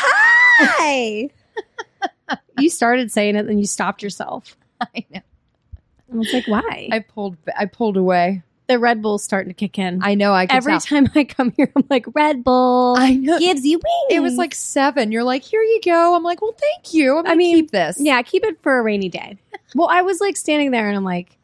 Why? you started saying it, then you stopped yourself. I know. I was like, why? I pulled. I pulled away. the Red Bull's starting to kick in. I know. I can Every tell. time I come here, I'm like, Red Bull I know. gives you wings. It was like seven. You're like, here you go. I'm like, well, thank you. I'm I gonna mean, keep this. yeah, keep it for a rainy day. well, I was like standing there and I'm like,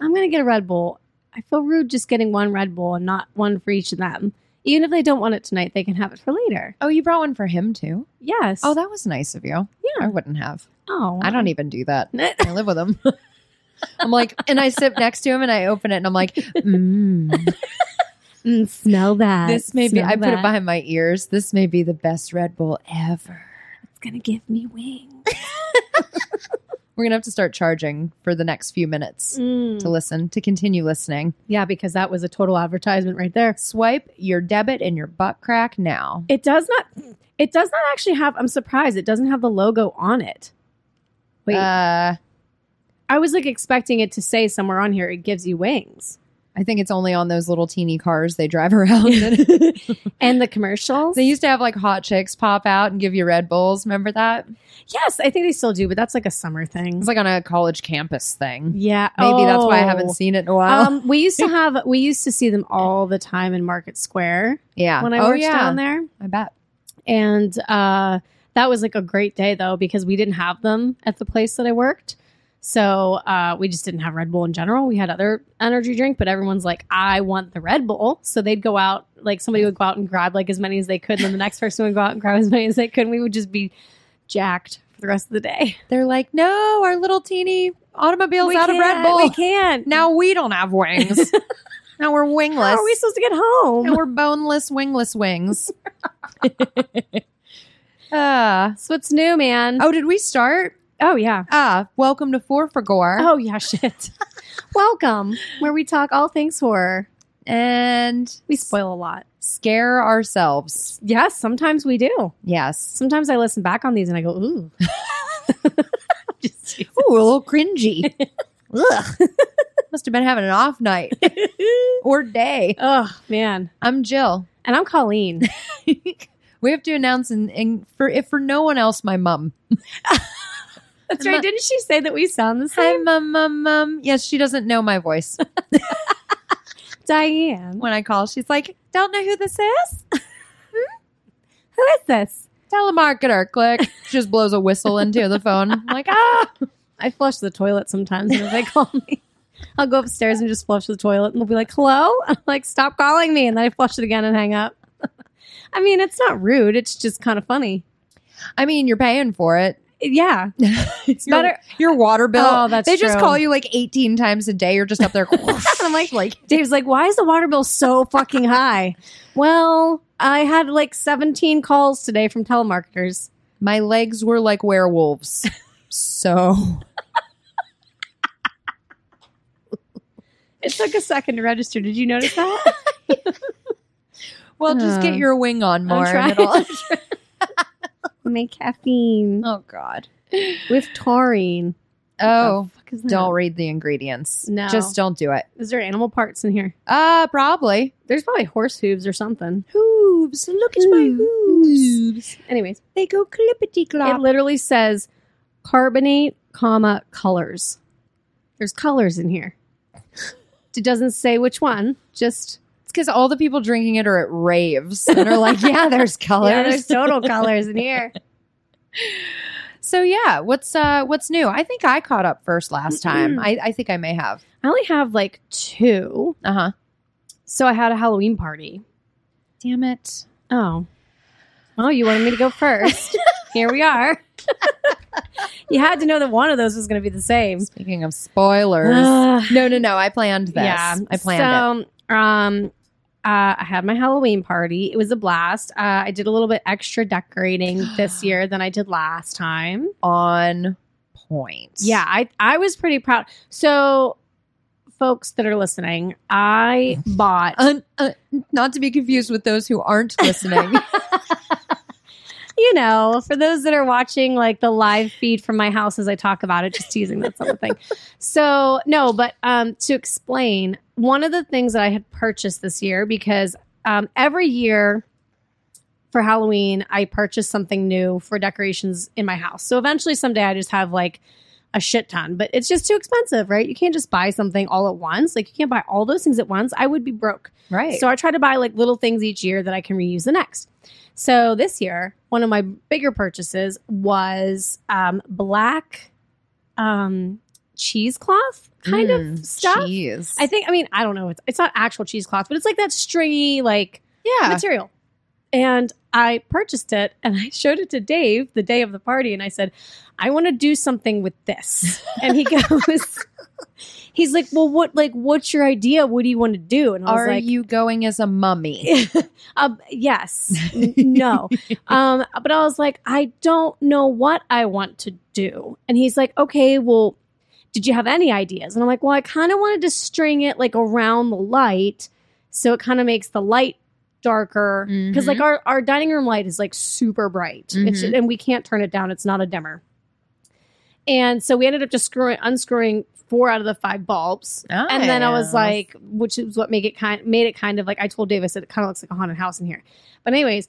I'm going to get a Red Bull. I feel rude just getting one Red Bull and not one for each of them. Even if they don't want it tonight, they can have it for later. Oh, you brought one for him too. Yes. Oh, that was nice of you. Yeah. I wouldn't have. oh, I don't even do that. don't. I live with him. I'm like, and I sit next to him and I open it and I'm like, mm, Mm, smell that. this may be, Smell I put that. it behind my ears. This may be the best Red Bull ever. It's gonna give me wings. We're going to have to start charging for the next few minutes Mm. to listen, to continue listening. Yeah, because that was a total advertisement right there. Swipe your debit and your butt crack now. It does not. It does not actually have. I'm surprised it doesn't have the logo on it. Wait, Uh, I was like expecting it to say somewhere on here. It gives you wings. I think it's only on those little teeny cars they drive around. in. and the commercials. they used to have like hot chicks pop out and give you Red Bulls. Remember that? yes, I think they still do, but that's like a summer thing. It's like on a college campus thing. yeah, Maybe that's why I oh. haven't seen it in a while. Um, we used to have. We used to see them all the time in Market Square yeah. when I oh, worked yeah. down there. I bet. and uh, that was like a great day though because we didn't have them at the place that I worked. So uh, we just didn't have Red Bull in general. We had other energy drink, but everyone's like, "I want the Red Bull." So they'd go out, like somebody would go out and grab like as many as they could, and then the next person would go out and grab as many as they could. And we would just be jacked for the rest of the day. They're like, no, our little teeny automobile's We out of Red can't- Bull. We can't. now we don't have wings. now we're wingless. How are we supposed to get home? now we're boneless, wingless wings. uh, That's what's new, man. oh, did we start? oh yeah. Ah, welcome to Four for Gore. Oh yeah. Shit. Welcome, where we talk all things horror. And We spoil a lot. scare ourselves. Yes, sometimes we do. Yes. Sometimes I listen back on these and I go, ooh. Just- Ooh, a little cringy. Ugh. Must have been having an off night or day. oh, man. I'm Jill. And I'm Colleen. we have to announce, and, and for if for no one else, my mom. That's right. Didn't she say that we sound the Hi, mom, mom, mom. Yes, she doesn't know my voice. Diane. When I call, she's like, "Don't know who this is." Who is this? Telemarketer. Click. She just blows a whistle into the phone. I'm like, ah. I flush the toilet sometimes when they call me. I'll go upstairs and just flush the toilet and they'll be like, hello? I'm like, stop calling me. And then I flush it again and hang up. I mean, it's not rude. It's just kind of funny. I mean, you're paying for it. Yeah. It's Your- better. Your water bill. Oh, that's They just true. call you like 18 times a day. You're just up there. I'm like, like Dave's like, why is the water bill so fucking high? well, I had like 17 calls today from telemarketers. my legs were like werewolves. So It took a second to register. Did you notice that? well, just get Uh, your wing on more. trying. and it'll- My caffeine oh God. with taurine. Oh, What the fuck is that? don't read the ingredients. No. Just don't do it. Is there animal parts in here? Uh, probably. There's probably horse hooves or something. Hooves. Look at my hooves. Anyways, They go clippity it literally says carbonate, comma colors. There's colors in here. It doesn't say which one. Just It's because all the people drinking it are at raves and are like, yeah, there's colors. yeah, there's total colors in here. so yeah, what's uh what's new? I think I caught up first last time. Mhm. I, I think I may have. I only have like two, Uh huh. so I had a Halloween party. Damn it. Oh. Oh, you wanted me to go first. Here we are. you had to know that one of those was going to be the same. Speaking of spoilers. Ugh. no, no, no. I planned this. I planned it. so, um, uh, I had my Halloween party. It was a blast. Uh, I did a little bit extra decorating this year than I did last time. on point. Yeah, I I was pretty proud. So, folks that are listening, I bought Un- uh, not to be confused with those who aren't listening. you know, for those that are watching like the live feed from my house as I talk about it, just teasing that sort of thing. So no, but um, to explain, one of the things that I had purchased this year because um, every year for Halloween, I purchased something new for decorations in my house. So eventually, someday, I just have like a shit ton, but it's just too expensive, right? You can't just buy something all at once. Like, you can't buy all those things at once. I would be broke. Right. So I try to buy like little things each year that I can reuse the next. So this year, one of my bigger purchases was um, black um, cheesecloth kind Mm, of stuff. Cheese. I think. I mean, I don't know. It's, it's not actual cheesecloth, but it's like that stringy like yeah. material. And I purchased it and I showed it to Dave the day of the party and I said, I want to do something with this. And he goes, he's like, well, what, like, what's your idea? What do you want to do? And I was Are like, you going as a mummy? um, yes, N- no. Um, but I was like, I don't know what I want to do. And he's like, okay, well, did you have any ideas? And I'm like, well, I kind of wanted to string it like around the light. So it kind of makes the light darker. Because like our, our dining room light is like super bright. It's, Mhm. and we can't turn it down. It's not a dimmer. And so we ended up just screwing, unscrewing four out of the five bulbs and then I was Nice. like, which is what make it kind made it kind of like I told Dave I said it kind of looks like a haunted house in here. But anyways,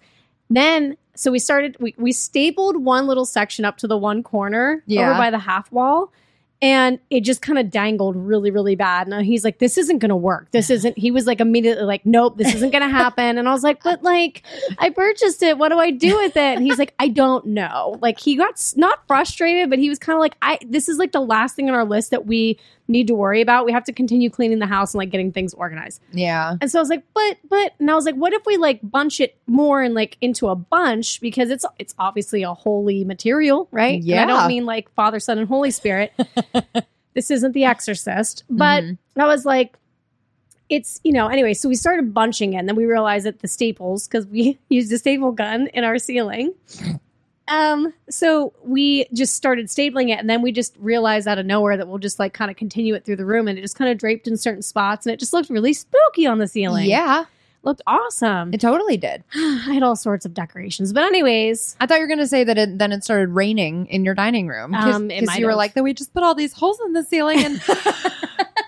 then so we started we we stapled one little section up to the one corner Yeah. over by the half wall. And it just kind of dangled really, really bad. And he's like, "This isn't gonna work. This isn't." He was like immediately like, "Nope, this isn't gonna happen." And I was like, "But like, I purchased it. What do I do with it?" And he's like, "I don't know." Like he got s- not frustrated, but he was kind of like, "I this is like the last thing on our list that we need to worry about. We have to continue cleaning the house and like getting things organized. yeah. And so I was like, but but and I was like, what if we like bunch it more and like into a bunch because it's it's obviously a holy material, right? And I Yeah. don't mean like Father, Son, and Holy Spirit. this isn't the exorcist. But Mhm. I was like, it's you know, anyway, so we started bunching it, and then we realized that the staples, because we used a staple gun in our ceiling. Um, so we just started stapling it, and then we just realized out of nowhere that we'll just like kind of continue it through the room, and it just kind of draped in certain spots, and it just looked really spooky on the ceiling. yeah, looked awesome. it totally did. I had all sorts of decorations, but anyways, I thought you were going to say that it, then it started raining in your dining room because Um, it might you were have. like, "Then we just put all these holes in the ceiling, and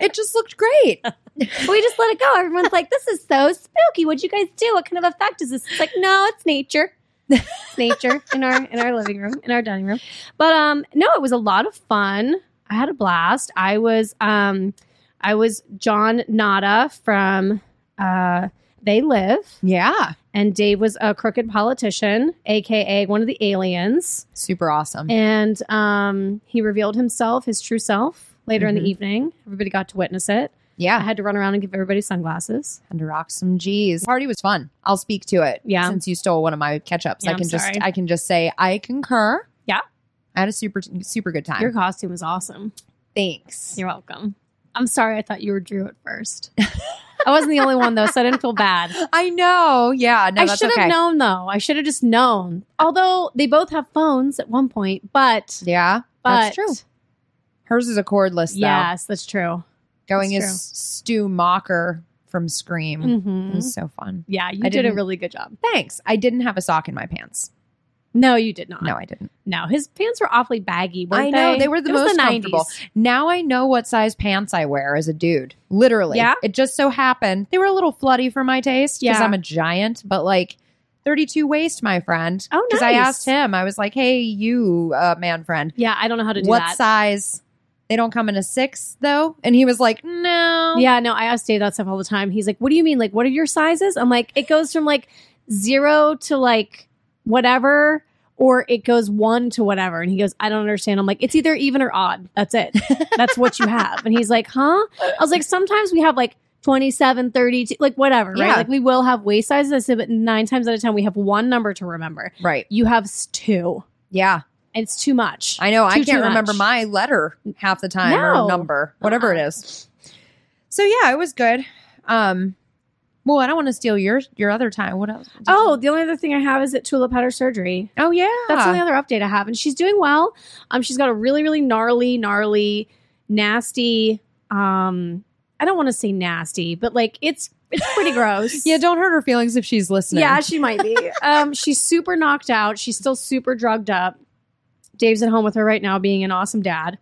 it just looked great." we just let it go. Everyone's like, "This is so spooky. What'd you guys do? What kind of effect is this?" It's like, no, it's nature. It's nature in our in our living room, in our dining room. But um, no, it was a lot of fun. I had a blast. I was um, I was John Nada from uh, They Live, Yeah, and Dave was a crooked politician, aka one of the aliens. super awesome. And um, he revealed himself, his true self, later in Mhm. the evening. Everybody got to witness it. I yeah, had to run around and give everybody sunglasses. and to rock some G's. Party was fun. I'll speak to it. Yeah. since you stole one of my ketchups, Yeah, I I'm can just sorry. I can just say I concur. Yeah. I had a super super good time. Your costume is awesome. Thanks. You're welcome. I'm sorry I thought you were Drew at first. I wasn't the only one though, so I didn't feel bad. I know. Yeah. No, I that's should have okay. known though. I should have just known. Although they both have phones at one point, but Yeah, but that's true. Hers is a cordless though. Yes, that's true. Going That's as Stu Mocker from Scream. It hmm was so fun. Yeah, you Mm. I did a didn't- really good job. Thanks. I didn't have a sock in my pants. No, you did not. No, I didn't. No, his pants were awfully baggy. Weren't I know, they were the It was most comfortable. 90s. Now I know what size pants I wear as a dude. Literally. Yeah? It just so happened they were a little floody for my taste because Yeah. I'm a giant, but like 32 waist, my friend. Oh, Because I nice. asked him, I was like, hey, you uh, man friend, Yeah, I don't know how to do what that. size? They don't come in a six though. And he was like, no. Yeah, no, I ask Dave that stuff all the time. He's like, "What do you mean? Like, what are your sizes?" I'm like, "It goes from like zero to like whatever, or it goes one to whatever." And he goes, "I don't understand." I'm like, "It's either even or odd. That's it. That's what you have." And he's like, "Huh?" I was like, "Sometimes we have like." 27, 32, like whatever, Yeah. right? Like we will have waist sizes. I said, but nine times out of ten, we have one number to remember. Right. You have s- two. Yeah. It's too much. I know. I Too, can't too remember much. my letter half the time or No. Uh-uh. number, whatever it is. So yeah, it was good. Um, well, I don't want to steal your your other time. What else? oh, the only other thing I have is that Tulip had her surgery. oh yeah, That's the only other update I have. And she's doing well. Um, she's got a really, really gnarly, gnarly, nasty. Um, I don't want to say nasty, but like it's it's pretty gross. yeah. Don't hurt her feelings if she's listening. yeah, she might be. um, she's super knocked out. She's still super drugged up. Dave's at home with her right now, being an awesome dad.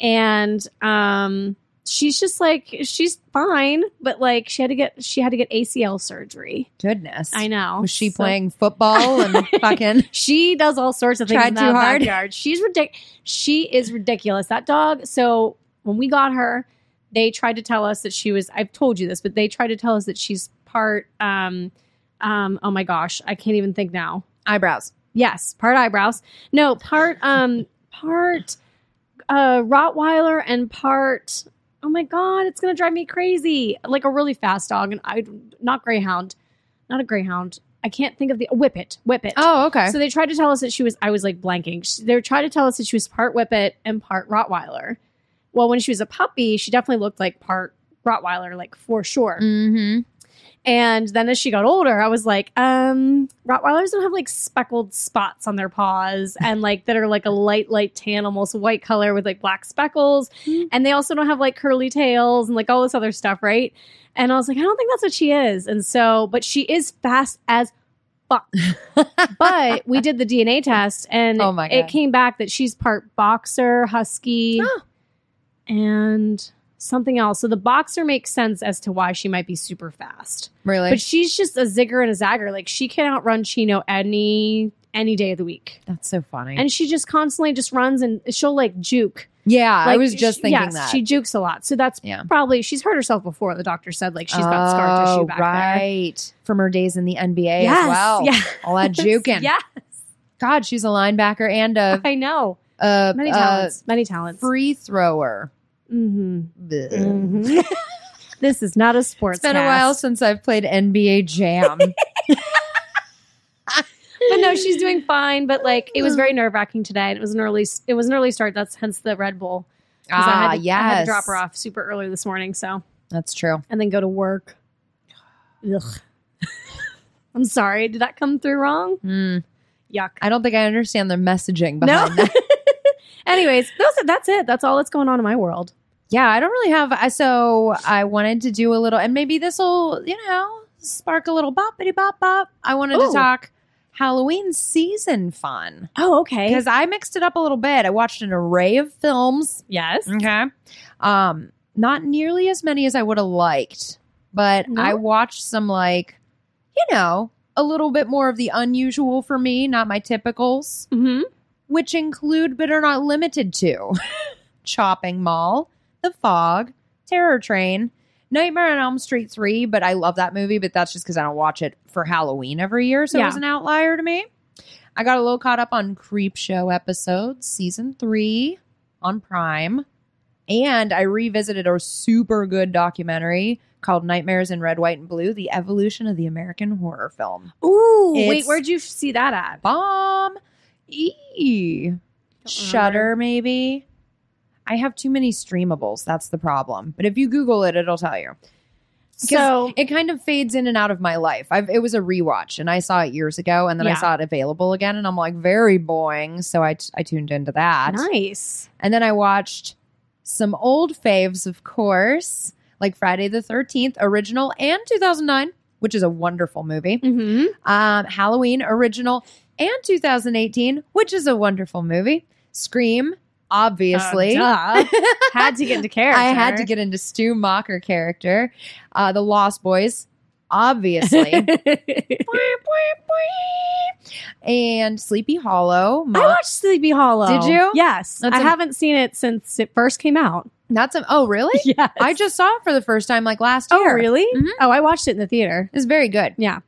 And um, she's just like she's fine, but like she had to get she had to get ACL surgery. Goodness. I know. Was she So- playing football and fucking? She does all sorts of things Tried in too that hard. backyard. She's ridiculous. She is ridiculous. That dog. So when we got her, they tried to tell us that she was. I've told you this, but they tried to tell us that she's part. Um, um. Oh my gosh, I can't even think now. Eyebrows. Yes, part eyebrows. No, part um part uh Rottweiler and part oh my god, it's gonna drive me crazy. Like a really fast dog and I not greyhound. Not a greyhound. I can't think of the whippet. Whippet. Oh, okay. So they tried to tell us that she was I was like blanking. She- They were trying to tell us that she was part whippet and part Rottweiler. Well, when she was a puppy, she definitely looked like part Rottweiler, like for sure. mm-hmm. And then as she got older, I was like, um, Rottweilers don't have like speckled spots on their paws and like that are like a light, light tan, almost white color with like black speckles. Mm. And they also don't have like curly tails and like all this other stuff, right? And I was like, I don't think that's what she is. And so, but she is fast as fuck. but we did the DNA test and Oh my it God. came back that she's part boxer, husky, Oh. and something else. So the boxer makes sense as to why she might be super fast. Really? But she's just a zigger and a zagger. Like she can outrun Chino any any day of the week. That's so funny. And she just constantly just runs and she'll like juke. yeah, I Like, was just she- thinking yes, that. She jukes a lot. So that's Yeah. probably she's hurt herself before. The doctor said like she's got scar Oh, tissue back there. right. From her days in the NBA Yes. as well. Yeah. All that juking. Yes. God, she's a linebacker and a, I know. a, Many a talents. Many talents. free thrower. hmm Bleh. Mm-hmm. this is not a sports. It's been a while cast. since I've played NBA Jam. but no, she's doing fine. But like, it was very nerve wracking today, and it was an early. It was an early start. That's hence the Red Bull. 'Cause I had ah, to- yes. I had to drop her off super early this morning, so That's true. and then go to work. Ugh. I'm sorry. Did that come through wrong? Mm. Yuck. I don't think I understand the messaging No. behind that. Anyways, those, that's it. That's all that's going on in my world. Yeah, I don't really have. I so I wanted to do a little, and maybe this will, you know, spark a little boppity bop bop. I wanted Ooh. to talk Halloween season fun. Oh, okay. because I mixed it up a little bit. I watched an array of films. Yes. Okay. Um, not nearly as many as I would have liked, but No? I watched some like, you know, a little bit more of the unusual for me, not my typicals, hmm which include but are not limited to Chopping Mall, The Fog, Terror Train, Nightmare on Elm Street 3, but I love that movie, but that's just because I don't watch it for Halloween every year, so Yeah. it was an outlier to me. I got a little caught up on Creep Show episodes, season three on Prime. And I revisited a super good documentary called Nightmares in Red, White, and Blue The Evolution of the American Horror Film. Ooh. wait, It's- where'd you f- see that at? Bomb. E. Shutter, maybe. I have too many streamables. That's the problem. But if you Google it, it'll tell you. So, It kind of fades in and out of my life. I've, it was a rewatch, and I saw it years ago, and then I Yeah. saw it available again, and I'm like, very boring. So I, t- I tuned into that. nice. And then I watched some old faves, of course, like Friday the 13th, original and 2009, which is a wonderful movie. Mm-hmm. Um, Halloween, original and 2018, which is a wonderful movie. Scream, obviously. had to get into character. I had to get into Stu Mocker character. Uh, the Lost Boys, obviously. and Sleepy Hollow. I Mo- watched Sleepy Hollow. Did you? Yes. That's I a- haven't seen it since it first came out. That's a- oh, really? Yes. I just saw it for the first time like last Oh, year. really? Mhm. Oh, I watched it in the theater. It's very good. Yeah.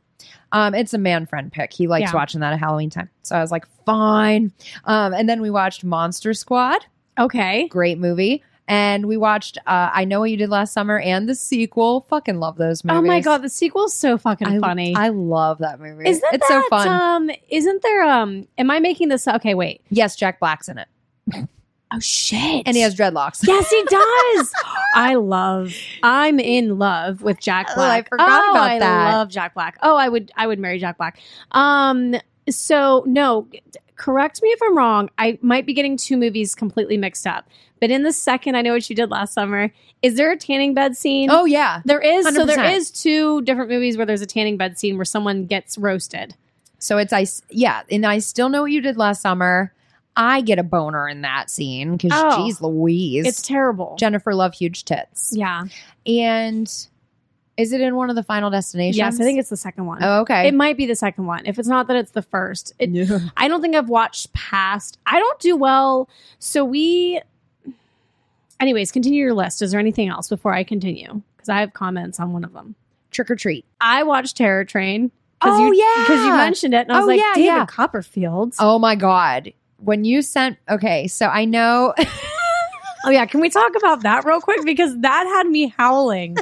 Um, it's a man friend pick. He likes Yeah. watching that at Halloween time. So I was like, fine. Um, and then we watched Monster Squad, Okay. great movie. And we watched uh, I Know What You Did Last Summer and the sequel. Fucking love those movies. Oh my god, the sequel's so fucking I, funny. I love that movie. isn't it's that, so fun. Um, isn't there? Um, am I making this? up? Okay, wait. yes, Jack Black's in it. Oh shit! And he has dreadlocks. Yes, he does. I love. I'm in love with Jack Oh, Black. I forgot about I that. love Jack Black. Oh, I would. I would marry Jack Black. Um. So no, correct me if I'm wrong. I might be getting two movies completely mixed up. But in the second, I know what you did last summer. Is there a tanning bed scene? Oh yeah. There is. So there 100%. is two different movies where there's a tanning bed scene where someone gets roasted. So it's I yeah, and I still know what you did last summer. I get a boner in that scene because, Oh. geez, Louise, It's terrible. Jennifer Love huge tits, yeah. and is it in one of the Final Destinations? Yes, I think it's the second one. Oh, okay. It might be the second one. If it's not, then it's the first. It, Yeah. I don't think I've watched past. I don't do well. So we. Anyways, continue your list. Is there anything else before I continue? Because I have comments on one of them. Trick or treat. I watched Terror Train. 'cause Oh, you, yeah. because you mentioned it, and I was Oh, like, yeah, David yeah. Copperfield. Oh. Oh my god. When you sent okay, so I know Oh, yeah, can we talk about that real quick because that had me howling,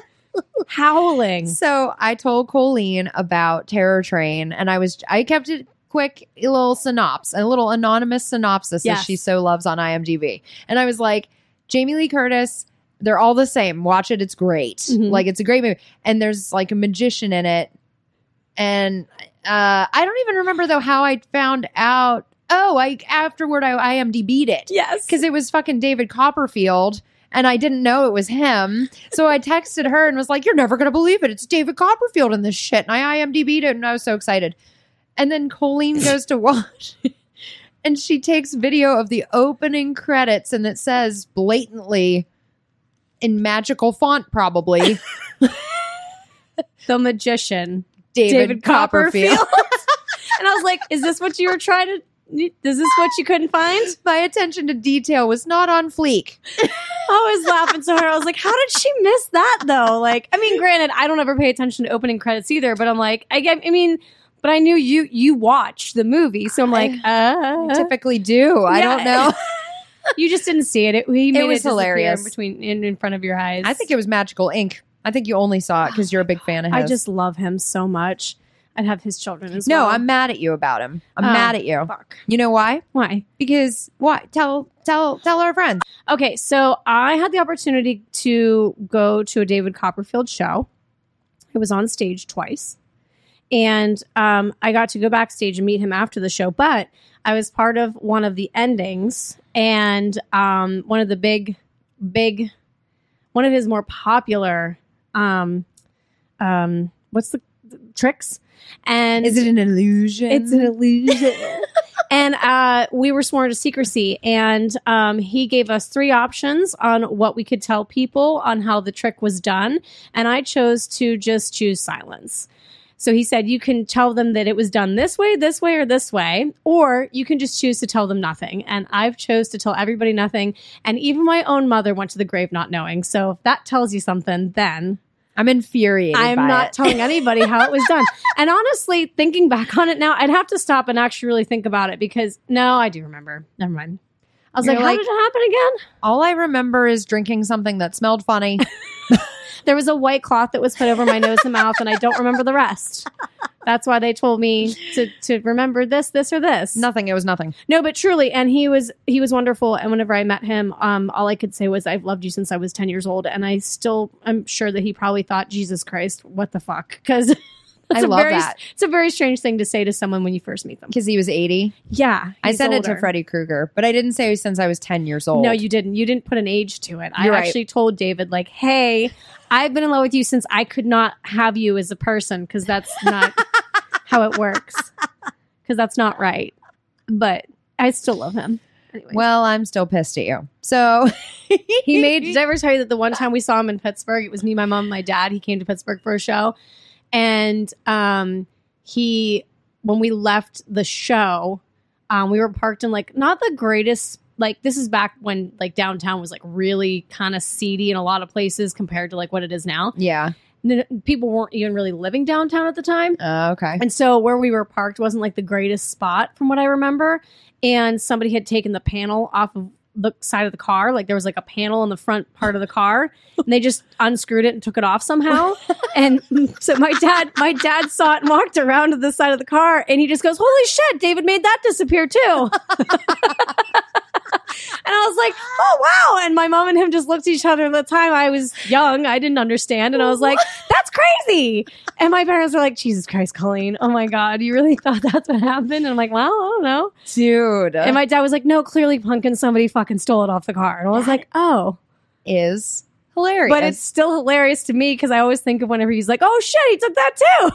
howling. so I told Colleen about Terror Train and I was I kept it quick a little synopsis, a little anonymous synopsis Yes. that she so loves on IMDb. And I was like, Jamie Lee Curtis, they're all the same. Watch it, it's great. Mhm. Like it's a great movie. And there's like a magician in it. And uh I don't even remember though how I found out. Oh, I afterward I IMDb'd it. Yes, because it was fucking David Copperfield. And I didn't know it was him. So I texted her and was like, You're never going to believe it. It's David Copperfield in this shit. And I IMDb'd it. And I was so excited. And then Colleen goes to watch it, and she takes video of the opening credits. And it says blatantly in magical font, probably David, the magician. David Copperfield. And I was like, is this what you were trying to? Is this what you couldn't find? My attention to detail was not on fleek. I was laughing so hard. I was like, how did she miss that though? Like, I mean, granted, I don't ever pay attention to opening credits either, but I'm like, I, get- I mean, but I knew you you watched the movie, so I'm like, I uh, typically do. I don't Yeah. know. you just didn't see it. It, he made it was disappear hilarious. in between in, in front of your eyes. I think it was Magical Ink. I think you only saw it because you're a big fan of his. I just love him so much. I'd have his children as No, well. I'm mad at you about him. I'm Oh. mad at you. fuck. You know why? Why? Because why? Tell tell tell our friends. Okay, so I had the opportunity to go to a David Copperfield show. It was on stage twice. And um, I got to go backstage and meet him after the show, but I was part of one of the endings and um, one of the big, big, one of his more popular, um, um, what's the tricks? And Is it an illusion? it's an illusion. and uh, we were sworn to secrecy. And um, he gave us three options on what we could tell people on how the trick was done. And I chose to just choose silence. So he said, you can tell them that it was done this way, this way, or this way, or you can just choose to tell them nothing. And I've chose to tell everybody nothing. And even my own mother went to the grave not knowing. So if that tells you something, then I'm infuriated. by I'm not it. telling anybody how it was done. And honestly, thinking back on it now, I'd have to stop and actually really think about it because no, I do remember. Never mind. I was You're like, how like- did it happen again? All I remember is drinking something that smelled funny. There was a white cloth that was put over my nose and mouth, and I don't remember the rest. That's why they told me to, to remember this, this, or this. nothing. It was nothing. No, but truly, and he was he was wonderful. And whenever I met him, um, all I could say was, "I've loved you since I was ten years old." And I still, I'm sure that he probably thought, "Jesus Christ, what the fuck?" Because I love very, that It's a very strange thing to say to someone when you first meet them. because he was 80. Yeah, I he's sent it to older. Freddy Krueger, but I didn't say since I was 10 years old. No, you didn't. You didn't put an age to it. You're I right. actually told David, like, "Hey, I've been in love with you since I could not have you as a person because that's not how it works. Because that's not right." But I still love him. Anyway. Well, I'm still pissed at you. So He made. Did I ever tell you that the one time we saw him in Pittsburgh, it was me, my mom, my dad. He came to Pittsburgh for a show, and um, he when we left the show, um, we were parked in like not the greatest. Like this is back when like downtown was like really kind of seedy in a lot of places compared to like what it is now. Yeah. N- People weren't even really living downtown at the time. Uh, okay. And so where we were parked wasn't like the greatest spot from what I remember. And somebody had taken the panel off of the side of the car. Like there was like a panel in the front part of the car. And they just unscrewed it and took it off somehow. and so my dad, my dad saw it and walked around to the side of the car and he just goes, Holy shit, David made that disappear too. and I was like, Oh wow. And my mom and him just looked at each other at the time. I was young. I didn't understand. And I was like, That's crazy. And my parents were like, Jesus Christ, Colleen. Oh my God, you really thought that's what happened? And I'm like, well, I don't know. Dude. And my dad was like, no, clearly Pumpkin, somebody fucking stole it off the car. And I was like, oh. is hilarious. But it's still hilarious to me because I always think of whenever he's like, oh shit, he took that too.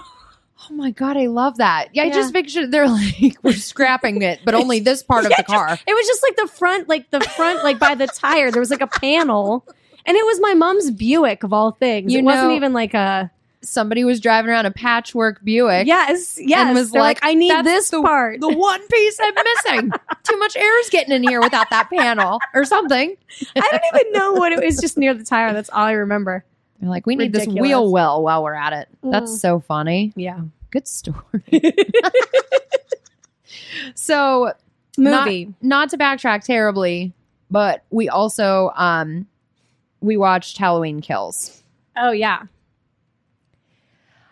Oh my god, I love that. Yeah, I Yeah. just picture they're like we're scrapping it, but only this part of Yeah, the just- car. It was just like the front, like the front, like by the tire. There was like a panel, and it was my mom's Buick of all things. You it wasn't know- even like a Somebody was driving around a patchwork Buick. yes, yes. was They're like, I need "That's this part. The one piece I'm missing. Too much air is getting in here without that panel or something. I don't even know what it was. Just near the tire. That's all I remember. They're like, we need this Ridiculous. wheel well while we're at it. That's Mm. so funny. Yeah, Good story. so movie. not to backtrack terribly, but we also um we watched Halloween Kills. oh yeah.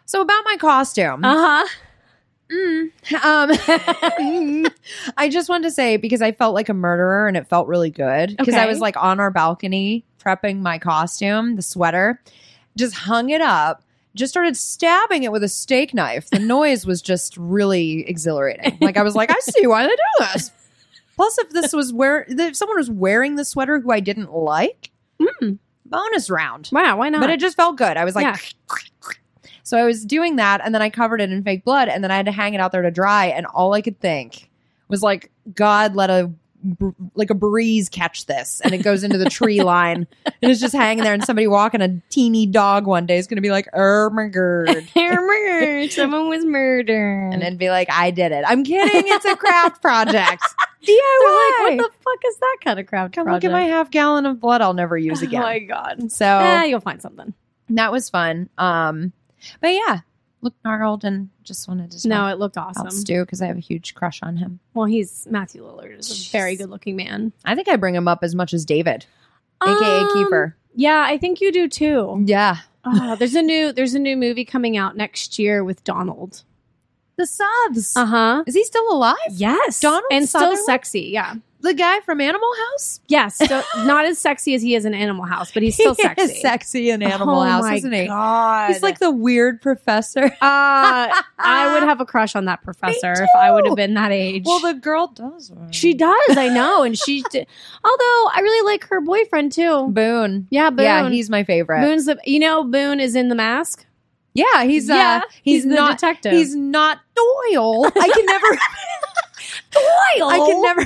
So about my costume. Uh huh. Mm. Um, I just wanted to say because I felt like a murderer and it felt really good because I Okay. was like on our balcony prepping my costume, the sweater, just hung it up, just started stabbing it with a steak knife. The noise was just really exhilarating. Like I was like, I see why they do this. Plus, if this was where if someone was wearing the sweater who I didn't like, Mm. bonus round. Wow. Why not? But it just felt good. I was like, Yeah. so I was doing that, and then I covered it in fake blood, and then I had to hang it out there to dry, and all I could think was like, God, let a br- like a breeze catch this, and it goes into the tree line, and it's just hanging there, and somebody walking a teeny dog one day is gonna be like, oh my god. Someone was murdered. And then be like, I did it. I'm kidding. It's a craft project. They're DIY. like, what the fuck is that kind of crowd? Come look at my half gallon of blood I'll never use again. Oh my god. so Eh, you'll find something. that was fun. Um, but yeah, looked gnarled and just wanted to No, talk it looked about awesome. Stu because I have a huge crush on him. Well, he's Matthew Lillard is Jeez. a very good looking man, I think I bring him up as much as David, aka Um, Keeper. Yeah, I think you do too. Yeah, Oh, there's a new there's a new movie coming out next year with Donald. the subs. Uh huh. Is he still alive? Yes, Donald and still Sutherland? sexy. Yeah. The guy from Animal House. Yes, so not as sexy as he is in Animal House, but he's still He sexy. is sexy in Animal Oh House, my isn't he? God. He's like the weird professor. Uh, I would have a crush on that professor if I would have been that age. Well, the girl does. she does, I know, and she. Did, although I really like her boyfriend too. Boone. Yeah, Boone. Yeah, he's my favorite. Boone's the. You know, Boone is in the mask. Yeah, he's uh, Yeah, he's, the not. detective. He's not Doyle. I can never Doyle. I can never.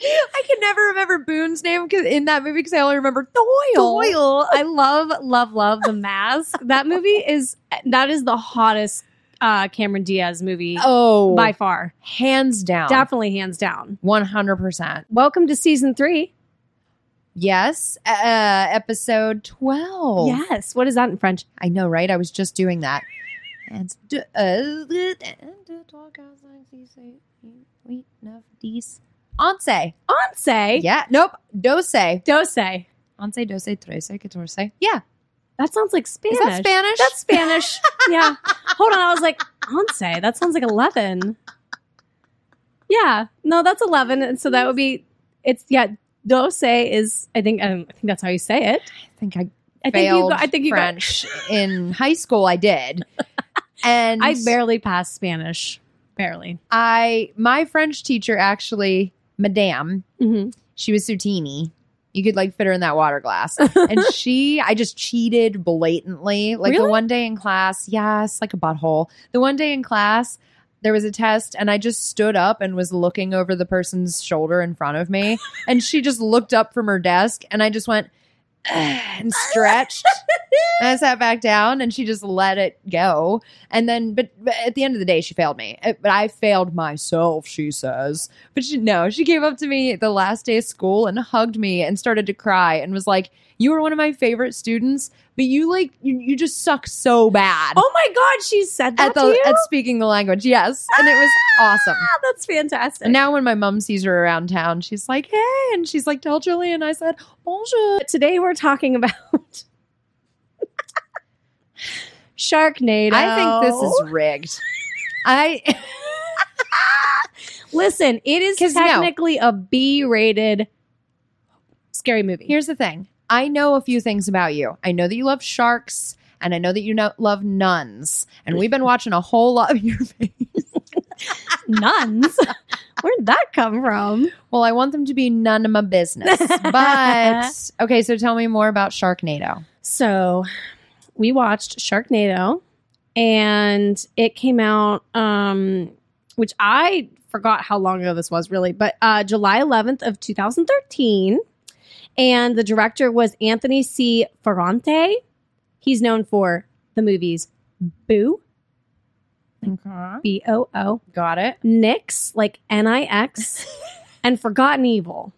I can never remember Boone's name because in that movie because I only remember Doyle. Doyle. I love, love, love the mask. that movie is that is the hottest uh, Cameron Diaz movie Oh, by far, hands down, definitely hands down. one hundred percent. Welcome to season three. Yes, uh, episode twelve. Yes, what is that in French? I know, right? I was just doing that. And do- uh, do talk as I see, say, we love these. Once. Once, yeah. Yeah. Nope. Dose. dose. That Once, dose, trece, catorce. Yeah. sounds like Spanish. Is that Spanish? That's Spanish. yeah. Hold on, I was like once. That sounds like eleven. Yeah, no, that's eleven, and so that would be it's yeah. Dose is I think I, don't, I think that's how you say it. I think I I think you failed got, I think you got French in high school. I did, and I barely passed Spanish. Barely. I my French teacher actually, Madame, she was so teeny. You could like fit her in that water glass, and she, I just cheated blatantly. Like the Really? one day in class, yes, like a butthole. The one day in class. There was a test, and I just stood up and was looking over the person's shoulder in front of me. And she just looked up from her desk, and I just went "Ugh," and stretched. And I sat back down and she just let it go. And then, but, but at the end of the day, she failed me. Uh, But I failed myself, she says. But she, no, she came up to me the last day of school and hugged me and started to cry and was like, You were one of my favorite students, but you like, you, you just suck so bad Oh my God, she said that at, the, to you. at speaking the language. Yes. And it was awesome. Ah, that's fantastic. And now when my mom sees her around town, she's like, Hey. And she's like, Tell Julie. And I said, Bonjour. today we're talking about Sharknado. I think this is rigged. I. Listen, it is 'Cause no. technically a B rated scary movie. Here's the thing. I know a few things about you. I know that you love sharks, and I know that you know, love nuns. And we've been watching a whole lot of your face. Nuns. Where'd that come from? Well, I want them to be none of my business. But okay, so tell me more about Sharknado. So we watched Sharknado and it came out um which I forgot how long ago this was really, but uh July 11th of 2013 and the director was Anthony C. Ferrante. He's known for the movies Boo, Okay. B O O, Got it. Nix, like N I X, and Forgotten Evil,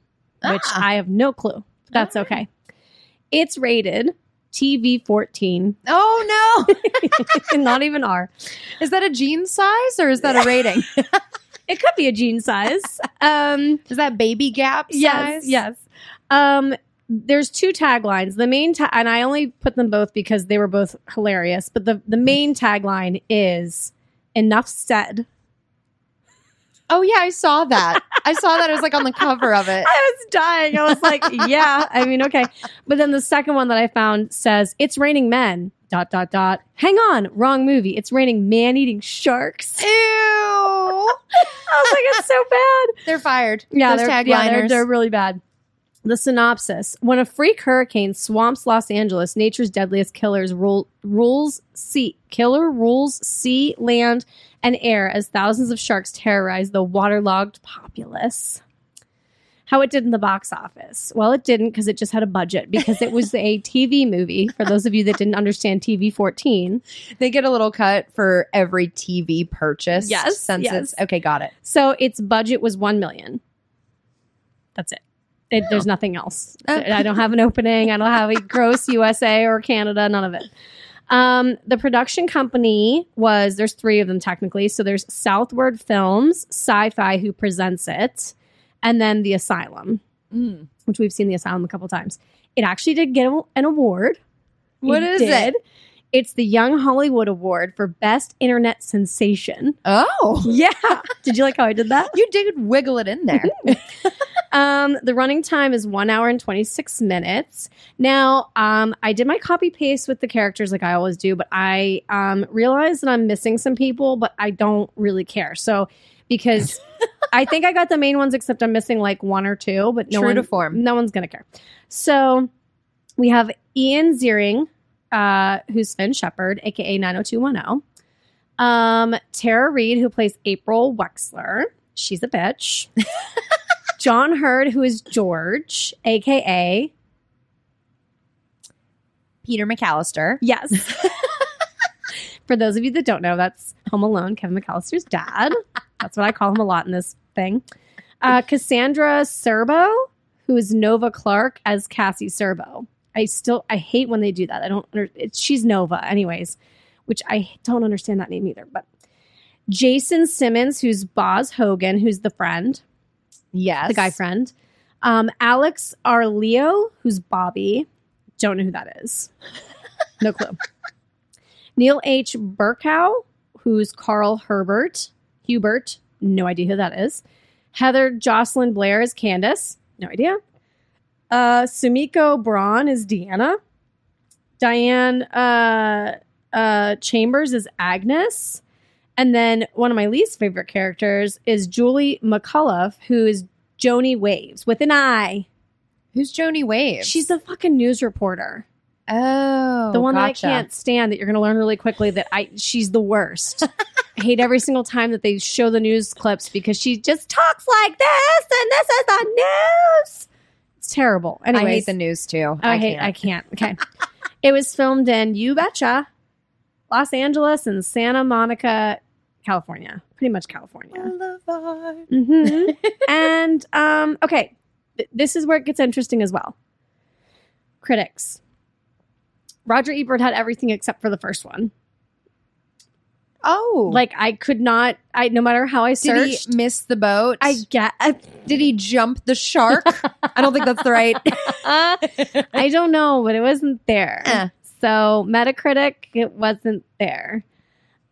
which Ah. I have no clue. That's Alright. okay. It's rated TV 14, Oh no! not even R. Is that a gene size or is that a rating? It could be a gene size. Um, is that baby gap size? yes, yes. Um, there's two taglines. The main ta- and I only put them both because they were both hilarious. But the the main tagline is "Enough said." Oh yeah, I saw that. I saw that. It was like on the cover of it. I was dying. I was like, "Yeah." I mean, okay. But then the second one that I found says, "It's raining men." Dot dot dot. Hang on, wrong movie. It's raining man-eating sharks. Ew! I was like, "It's so bad." They're fired. Yeah, Those they're, tagliners. yeah they're, they're really bad. The synopsis When a freak hurricane swamps Los Angeles, nature's deadliest killers rule, rules sea, killer rules sea, land, and air as thousands of sharks terrorize the waterlogged populace. How it did in the box office? Well, it didn't because it just had a budget because it was a TV movie. For those of you that didn't understand TV 14, They get a little cut for every TV purchase. Yes, Since yes. it's okay, got it. So its budget was one million. That's it. It- There's nothing else. Oh. I don't have an opening. I don't have a gross USA or Canada. None of it. Um, the production company was there's three of them technically. So there's Southward Films, Sci-Fi, who presents it, and then the Asylum, which we've seen the Asylum a couple times. It actually did get a- an award. What is it? It's the Young Hollywood Award for Best Internet Sensation. Oh, Yeah. did you like how I did that? you did wiggle it in there. Um, the running time is one hour and 26 minutes. Now, um, I did my copy paste with the characters like I always do, but I um, realized that I'm missing some people, but I don't really care. So, because I think I got the main ones, except I'm missing like one or two, but no, True one, to form. no one's going to care. So, we have Ian Ziering, uh, who's Finn Shepard, aka 90210. oh. Um, Tara Reed, who plays April Wexler. She's a bitch. John Hurd, who is George, aka Peter McAllister. yes. For those of you that don't know, that's Home Alone, Kevin McAllister's dad. That's what I call him a lot in this thing. Uh, Cassandra Serbo, who is Nova Clark as Cassie Serbo. I still I hate when they do that. I don't. Under, it, she's Nova, anyways, which I don't understand that name either. But Jason Simmons, who's Boz Hogan, who's the friend. Yes. the guy friend. Um, Alex Arleo, who's Bobby. Don't know who that is. No clue. Neil H. Burkow, who's Carl Herbert. Hubert, no idea who that is. Heather Jocelyn Blair is Candace, no idea. Uh, Sumiko Braun is Deanna. Diane uh, uh, Chambers is Agnes. And then one of my least favorite characters is Julie McCullough, who is Joni Waves with an I. Who's Joni Waves? She's a fucking news reporter. oh The one gotcha. that I can't stand that you're going to learn really quickly that I she's the worst. I hate every single time that they show the news clips because she just talks like this and this is the news. It's terrible. Anyways, Oh, I hate the news too. I, hate. I can't. Okay. it was filmed in You Betcha, Los Angeles, and Santa Monica, California. Pretty much California. Boulevard. hmm and um, okay, Th- this is where it gets interesting as well. Critics. Roger Ebert had everything except for the first one. Oh, Like I could not. I no matter how I did searched, he miss the boat? I get. I, did he jump the shark? I don't think that's the right. I don't know, but it wasn't there. Eh. So Metacritic, it wasn't there.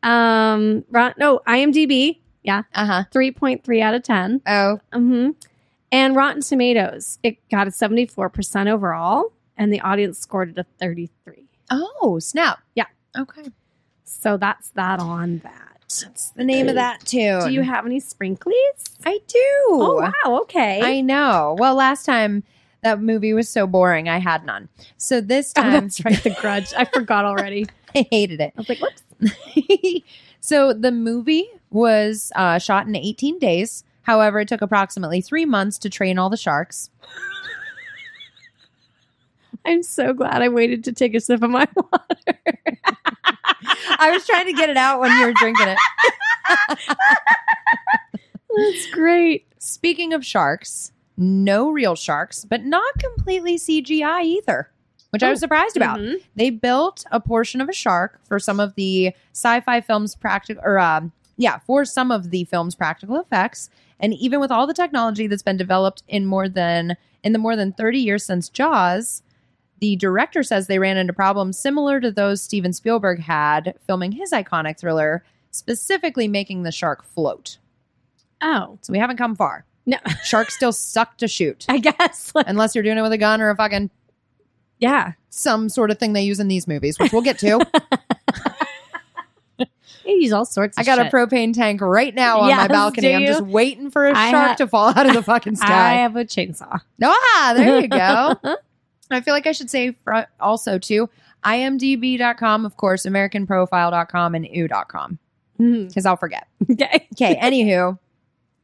Um, Ron, no, IMDb, yeah, Uh huh. three point three out of ten. Oh, Mm-hmm. And Rotten Tomatoes, it got a 74% overall, and the audience scored it a 33. oh, snap. Yeah. Okay. So that's that on that. That's the name of that tune. Do you have any sprinklies? I do. Oh, wow. Okay. I know. Well, last time that movie was so boring, I had none. So this Oh, time that's right. The grudge. I forgot already. I hated it. I was like, whoops. so the movie was uh, shot in 18 days. However, it took approximately three months to train all the sharks. I'm so glad I waited to take a sip of my water. I was trying to get it out when you were drinking it. That's great. Speaking of sharks, no real sharks, but not completely CGI either, which I was Oh, surprised about. Mhm. They built a portion of a shark for some of the sci-fi films practical or um, yeah, for some of the film's practical effects. And even with all the technology that's been developed in more than in the more than 30 years since Jaws, the director says they ran into problems similar to those Steven Spielberg had filming his iconic thriller, specifically making the shark float. Oh, So we haven't come far. No. Sharks still suck to shoot. I guess. Like, Unless you're doing it with a gun or a fucking yeah. some sort of thing they use in these movies, which we'll get to. They use all sorts of I got shit. a propane tank right now on my Yes, balcony. do I'm just you? waiting for a I shark ha- to fall out of the fucking I sky. have a chainsaw. ah, there you go. I feel like I should say fr- also too imdb.com, of course, americanprofile.com, and ew.com Mhm. because I'll forget. okay. Okay, anywho,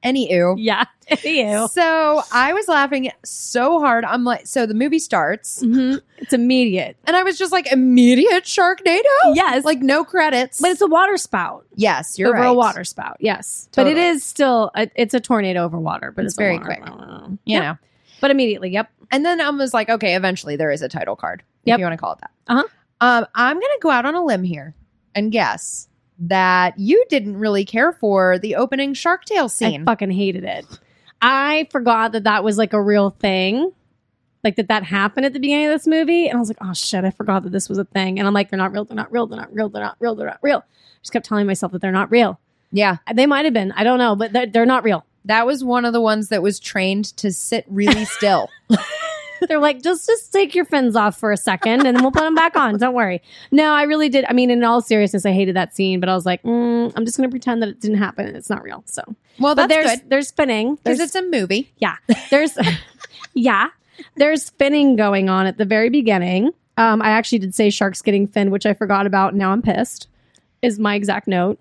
anywho. Yeah. Oh. Ew. So I was laughing so hard. I'm like, so the movie starts, Mhm. It's immediate. and I was just like, immediate Sharknado, Yes. like no credits. but it's a water spout. yes, you're over right. a water spout. Yes. But Totally. it is still, a, it's a tornado over water, but It's it's, a very water- quick. You Yeah. know, But immediately. Yep. And then I was like, okay, eventually there is a title card, if Yep. you want to call it that. Uh-huh. Um, I'm going to go out on a limb here and guess that you didn't really care for the opening Shark Tale I scene. fucking hated it. I forgot that that was like a real thing, like that that happened at the beginning of this movie, and I was like, oh shit, I forgot that this was a thing. And I'm like, they're not real, they're not real, they're not real, they're not real, they're not real. I just kept telling myself that they're not real. yeah, They might have been, I don't know, but they're, they're not real. that was one of the ones that was trained to sit really still. They're like, just just take your fins off for a second, and then we'll put them back on. Don't worry. No, I really did. I mean, in all seriousness, I hated that scene, but I was like, mm, I'm just gonna pretend that it didn't happen and it's not real. So, well, but that's there's good they're spinning. because There's it's a movie. there's yeah there's finning going on at the very beginning um i actually did say sharks getting finned which i forgot about now i'm pissed is my exact note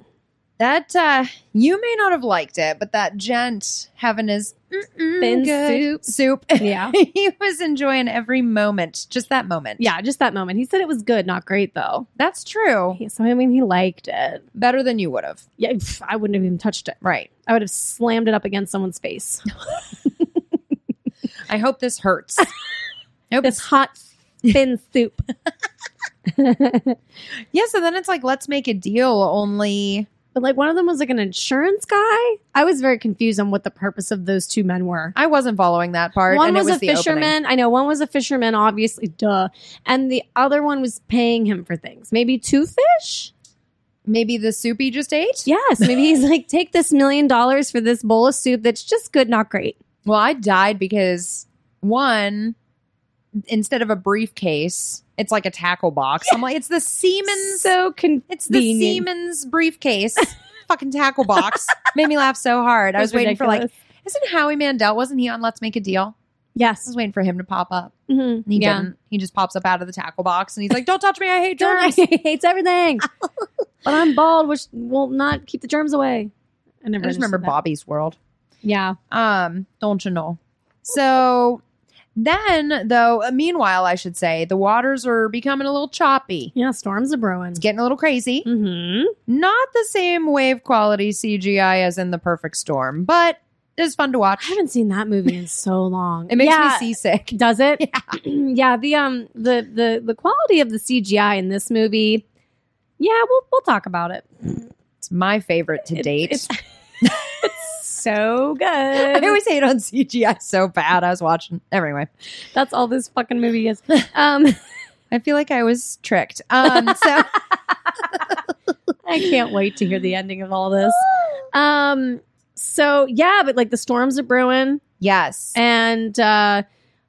That uh, you may not have liked it, but that gent having his mm-mm Fin good soup. yeah he was enjoying every moment, just that moment. yeah just that moment he said it was good not great though that's true. He- so i mean he liked it Better than you would have, yeah pff, i wouldn't have even touched it right? i would have slammed it up against someone's face I hope this hurts. I hope this it's, hot fin soup but yeah, so then it's like, let's make a deal, only like one of them was like an insurance guy i was very confused on what the purpose of those two men were I wasn't following that part. One and was, it was a the opening. fisherman. I know one was a fisherman, obviously, duh. And the other one was paying him for things. Maybe two fish? Maybe the soup he just ate? Yes. Maybe he's like, take this million dollars for this bowl of soup that's just good, not great. Well, I died because one, instead of a briefcase, it's like a tackle box. I'm like, it's the Siemens. So convenient. it's the Siemens briefcase. Fucking tackle box. Made me laugh so hard. I was waiting for like, isn't Howie Mandel? Wasn't he on Let's Make a Deal? I Yes. was waiting for him to pop up. Mhm. And he Yeah. didn't. He just pops up out of the tackle box and he's like, don't touch me. I hate germs. Germs. He hates everything. but I'm bald, which will not keep the germs away. I never I just remember understood that. Bobby's World. Yeah. Um, don't you know? So then, though, meanwhile, I should say the waters are becoming a little choppy. Yeah. Storms are brewing. It's getting a little crazy. Mm-hmm. Not the same wave quality CGI as in the Perfect Storm, but it's fun to I watch. haven't seen that movie in so long. It makes Yeah. me seasick. Does it? Yeah. The um the the the quality of the CGI in this movie. Yeah, we'll we'll talk about it. It's my favorite to It- date. it's- So I good. always hate on CGI so bad. I was watching anyway. That's all this fucking movie is. Um, I feel like I was tricked. Um, so I can't wait to hear the ending of all this. Um, so yeah, but like the storms are brewing, yes, and uh,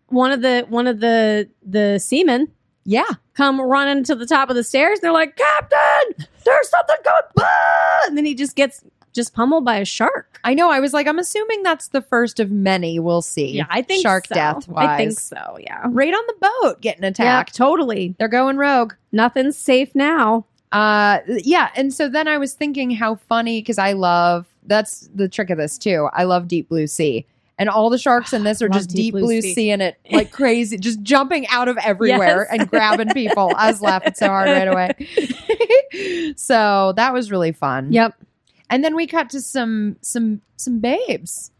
one of the one of the the seamen yeah. come running to the top of the stairs. They're like, Captain, there's something going. on!" And then he just gets just pummeled by a shark. I know. I was like, I'm assuming that's the first of many. We'll see. Yeah, I think shark so. death. Wise. I think so. Yeah, Right on the boat, getting yeah, attacked. totally. They're going rogue. Nothing's safe now. Uh, yeah. And so then I was thinking how funny because I love that's the trick of this too. I love Deep Blue Sea. And all the sharks in this are Love just deep, blue sea. in it like crazy, just jumping out of everywhere Yes. and grabbing people. I was laughing so hard right away. so that was really fun. Yep. And then we cut to some some some babes.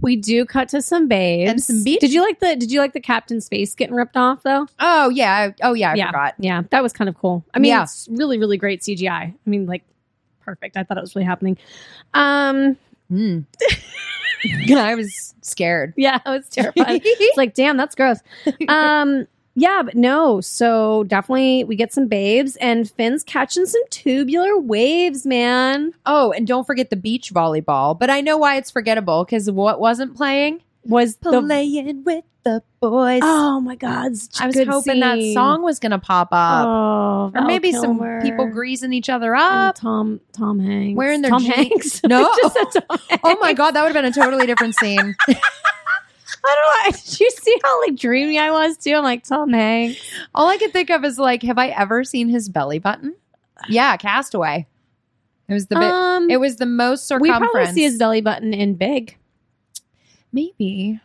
We do cut to some babes And some beach- Did you like the Did you like the captain's face getting ripped off though? Oh yeah. I- Oh yeah, I Yeah. forgot. Yeah, that was kind of cool. I mean, Yeah. it's really really great CGI. I mean, like perfect. I thought it was really happening. Um, Mm. I was scared. yeah, it was terrifying. it's like, damn, that's gross. Um, yeah, but no. So definitely, we get some babes, and Finn's catching some tubular waves, man. oh, and don't forget the beach volleyball. But I know why it's forgettable because what wasn't playing? Was the Playing with the boys. oh my god, such a I was good hoping that scene. song was gonna pop up, oh, or Val maybe some Kilmer. people greasing each other And up. Tom Tom Hanks. Wearing their Tom jeans. Hanks. No. I just said Tom Oh my Hanks. god, that would have been a totally different scene. I don't know. Did you see how like dreamy I was too? I'm like Tom Hanks. All I could think of is like, have I ever seen his belly button? Yeah, Castaway. It was the bit. um, it was the most we circumference. probably see his belly button in big. Maybe.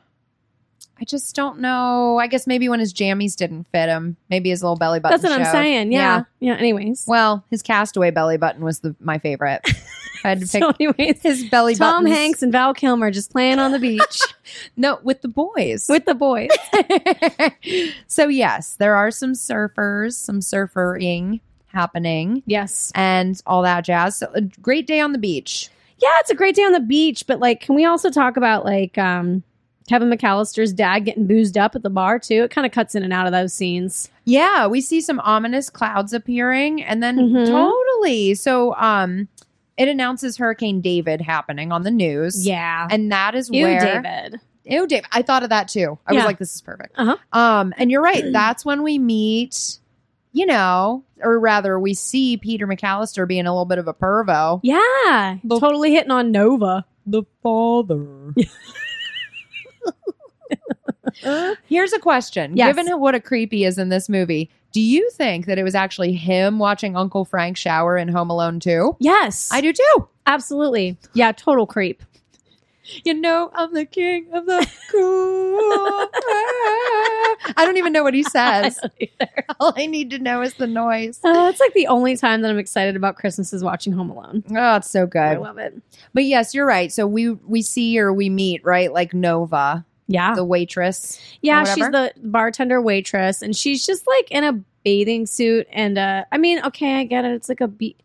I just don't know. I guess maybe when his jammies didn't fit him, maybe his little belly button. That's what I'm showed. saying. Yeah. Yeah. Yeah. anyways. Well, his castaway belly button was the my favorite. If I had to pick so anyways, his belly Tom button. Hanks and Val Kilmer just playing on the beach No, with the boys. with the boys. so yes, there are some surfers, some surfering happening, Yes. and all that jazz. So a great day on the beach. Yeah, it's a great day on the beach, but like can we also talk about like um Kevin McAllister's dad getting boozed up at the bar too? It kind of cuts in and out of those scenes. Yeah, we see some ominous clouds appearing, and then Mhm. totally. So um, it announces Hurricane David happening on the news. Yeah. And that is You, where David. Ew, Dave. I thought of that too. I was Yeah. like, this is perfect. Uh-huh. Um, and you're right. That's when we meet, you know, or rather, we see Peter McAllister being a little bit of a pervo. Yeah. The- totally hitting on Nova. The father. Here's a question. Yes. Given what a creep he is in this movie, do you think that it was actually him watching Uncle Frank shower in Home Alone 2? Yes. I do too. Absolutely. Yeah, total creep. You know, I'm the king of the cool. I don't even know what he says. All I need to know is the noise. Uh, it's Uh, like the only time that I'm excited about Christmas is watching Home Alone. Oh, it's so I good. love it. But yes, you're right. So we we see or we meet, right? Like Nova, Yeah. the waitress. yeah, or she's the bartender waitress and she's just like in a bathing suit and uh I mean, okay, I get it. It's like a be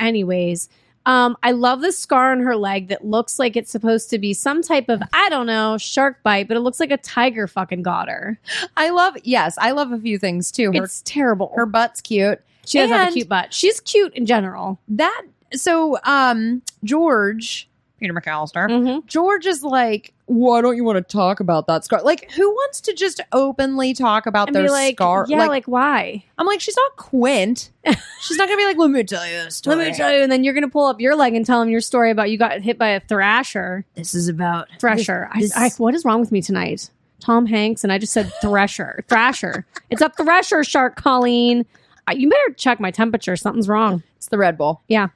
anyways. Um I love the scar on her leg that looks like it's supposed to be some type of I don't know, shark bite, but it looks like a tiger fucking got her. I love yes, I love a few things too. Her It's terrible. her butt's cute. she does have a and- cute butt. She's cute in general. That so um George Peter McAllister. Mhm. George is like, why don't you want to talk about that scar? Like, who wants to just openly talk about And their be like, scar? yeah, like, why? I'm like, she's not Quint. she's not gonna be like, let me tell you a story. Let me tell you, and then you're gonna pull up your leg and tell him your story about you got hit by a thrasher. This is about Thresher. I, This- I, what is wrong with me tonight? Tom Hanks and I just said Thresher. Thrasher. It's a Thresher shark, Colleen. I, you better check my temperature. Something's wrong. it's the Red Bull. Yeah.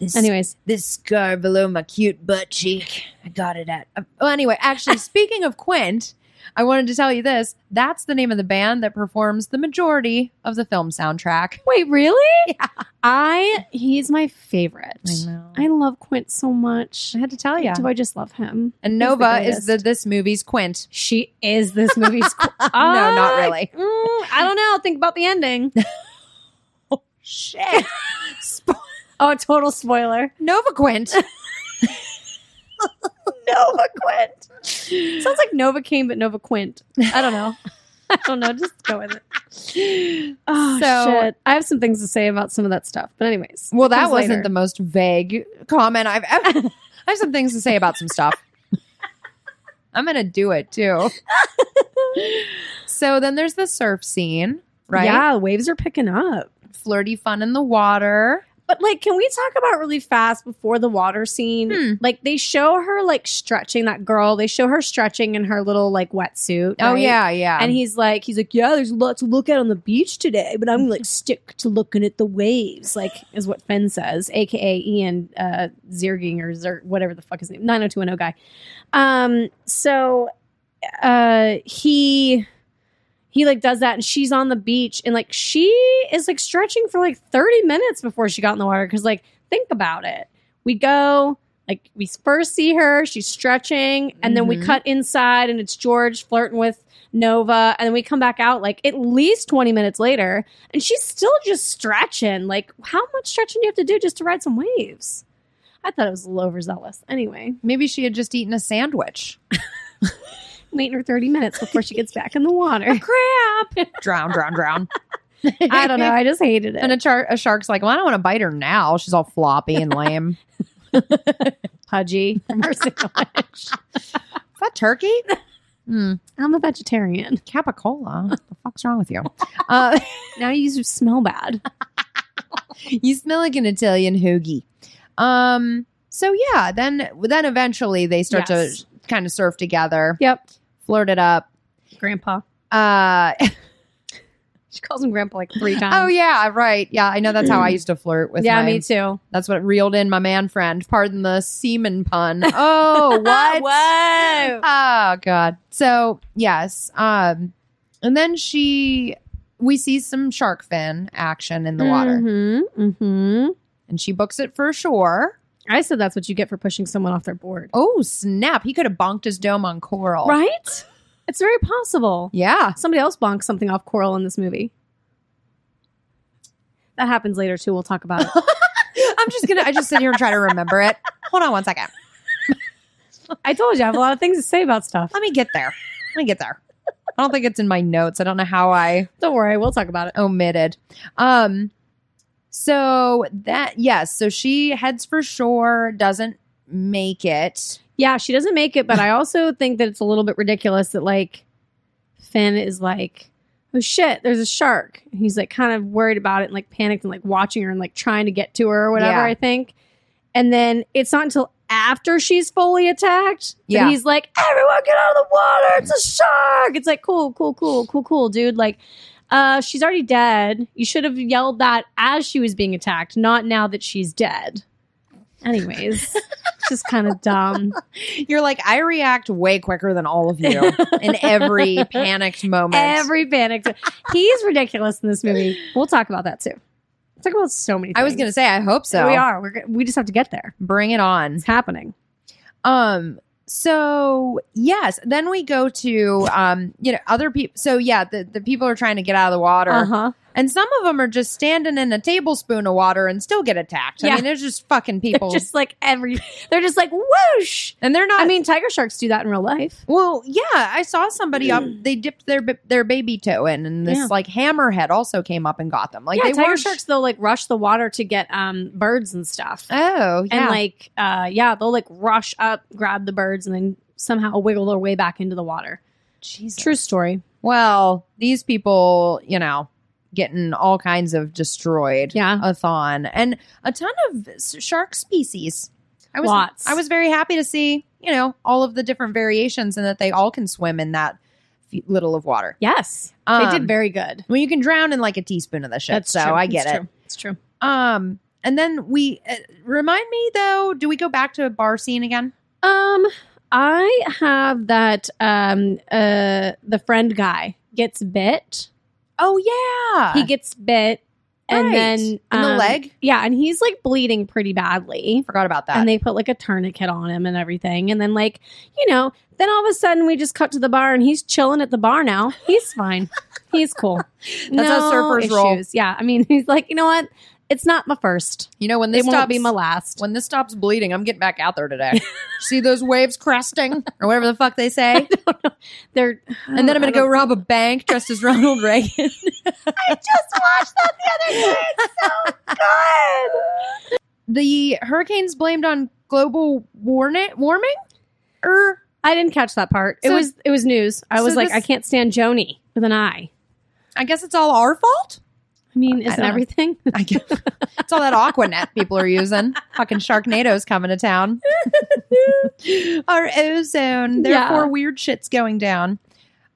This, Anyways, this scar below my cute butt cheek. I got it at. uh, Well, anyway, actually, speaking of Quint, I wanted to tell you this. That's the name of the band that performs the majority of the film soundtrack. wait, really? I he's my favorite. know. I love Quint so much. I had to tell you. Do I just love him? And the Nova greatest. is the this movie's Quint. She is this movie's. no, not really. Mm, I don't know. Think about the ending. Shit. Sp- Oh, total spoiler. Nova Quint. Nova Quint. Sounds like Nova King, but Nova Quint. I don't know. I don't know. Just go with it. Oh, So- shit. I have some things to say about some of that stuff. But, anyways. Well, that comes wasn't later. the most vague comment I've ever. I have some things to say about some stuff. I'm gonna do it too. so then there's the surf scene, right? Yeah, waves are picking up. Flirty fun in the water. But like, can we talk about really fast before the water scene? Hmm. Like they show her like stretching that girl. They show her stretching in her little like wetsuit. Oh right? yeah, yeah. And he's like, he's like, yeah, there's a lot to look at on the beach today, but I'm like stick to looking at the waves, like is what Finn says, aka Ian uh, Zierging or Zer- whatever the fuck his name, 90210 guy. Um, so uh, he he like does that, and she's on the beach, and like she is like stretching for like 30 minutes before she got in the water, because like think about it, we go. Like we first see her, she's stretching, and then we Mhm. cut inside, and it's George flirting with Nova, and then we come back out like at least 20 minutes later, and she's still just stretching. Like, how much stretching do you have to do just to ride some waves? I thought it was a little overzealous. Anyway, Maybe she had just eaten a sandwich. I'm waiting her 30 minutes before she gets back in the water. Crap! drown, drown, drown. I don't know. I just hated And it. a, char- a shark's like, well, I don't want to bite her now. She's all floppy and lame. Pudgy. from her sandwich. Is that turkey? Hmm. I'm a vegetarian. Capicola. What the fuck's wrong with you? Uh, Now you just smell bad. you smell like an Italian hoagie. Um, so yeah, then then eventually they start Yes. to kind of surf together, Yep. flirt it up. Grandpa. Uh, She calls him grandpa like three times. oh yeah, right. Yeah, I know that's how I used to flirt with. Um, yeah, my, me too. That's what reeled in my man friend. Pardon the semen pun. Oh, what? Ah, Whoa. Oh god. So, yes. Um and then she we see some shark fin action in the water hmm hmm and she books it for shore. I said that's what you get for pushing someone off their board. Oh, snap. He could have bonked his dome on coral. Right? It's very possible. Oh. Yeah. Somebody else bonks something off coral in this movie. That happens later too. We'll talk about it. I'm just going to I just sit here and try to remember it. Hold on one second. I told you I have a lot of things to say about stuff. Let me get there. Let me get there. I don't think it's in my notes. I don't know how I Don't worry, we'll talk about it. omitted. Um so that yes, so she heads for shore, doesn't make it. Yeah, she doesn't make it, but I also think that it's a little bit ridiculous that like Finn is like, oh shit, there's a shark. And he's like kind of worried about it and like panicked and like watching her and like trying to get to her or whatever, Yeah. I think. And then it's not until after she's fully attacked that Yeah. he's like, everyone get out of the water. It's a shark. It's like, cool, cool, cool, cool, cool, dude. Like, uh, she's already dead. You should have yelled that as she was being attacked, not now that she's dead. Anyways, it's just kind of dumb. You're like, I react way quicker than all of you in every panicked moment. Every panic. He's ridiculous in this movie. We'll talk about that too. Talk about so many. Things. I was gonna say, I hope so. we are. We're, g- we just have to get there. Bring it on. It's happening. Um. So yes, then we go to um. You know, other people. So yeah, the the people are trying to get out of the water, Uh huh. and some of them are just standing in a tablespoon of water and still get attacked. I Yeah. mean, there's just fucking They're people, just like every. They're just like whoosh. and they're not. I mean, tiger sharks do that in real life. Well, yeah, I saw somebody up. They dipped their b- their baby toe in, and this Yeah. like hammerhead also came up and got them. Like yeah, they tiger were sharks. They'll like rush the water to get um birds and stuff. Oh, yeah. And like, uh, yeah, they'll like rush up, grab the birds, and then somehow wiggle their way back into the water. Jesus. True story. Well, these people, you know, getting all kinds of destroyed. Yeah. A thon and a ton of s- shark species. I was Lots. I was very happy to see, you know, all of the different variations and that they all can swim in that f- little of water. Yes, Um, they did very good. Well, you can drown in like a teaspoon of the shit, so I get It's it. True. It's true. Um, and then we uh, remind me though. Do we go back to a bar scene again? Um, I have that. Um, uh, the friend guy gets bit. Oh yeah, he gets bit, and Right. then in the um, leg. Yeah, and he's like bleeding pretty badly. Forgot about that. And they put like a tourniquet on him and everything. And then like you know, then all of a sudden we just cut to the bar, and he's chilling at the bar now. He's fine. he's cool. That's how surfers roll. Yeah, I mean, he's like, you know what? It's not my first. you know when They this won't stops be my last. when this stops bleeding, I'm getting back out there today. See those waves cresting or whatever the fuck they say, They're and then I'm gonna go rob a bank dressed as Ronald Reagan. I just watched that the other day. the hurricanes blamed on global warni- warming. Er, I didn't catch that part. it So- was it was news. I so was like, this- I can't stand Joni with an I. I guess it's all our fault. I mean, isn't don't know. everything? I guess. it's all that Aquanet people are using. Fucking Sharknado's coming to town. Our ozone. Yeah. Therefore, weird shit's going down.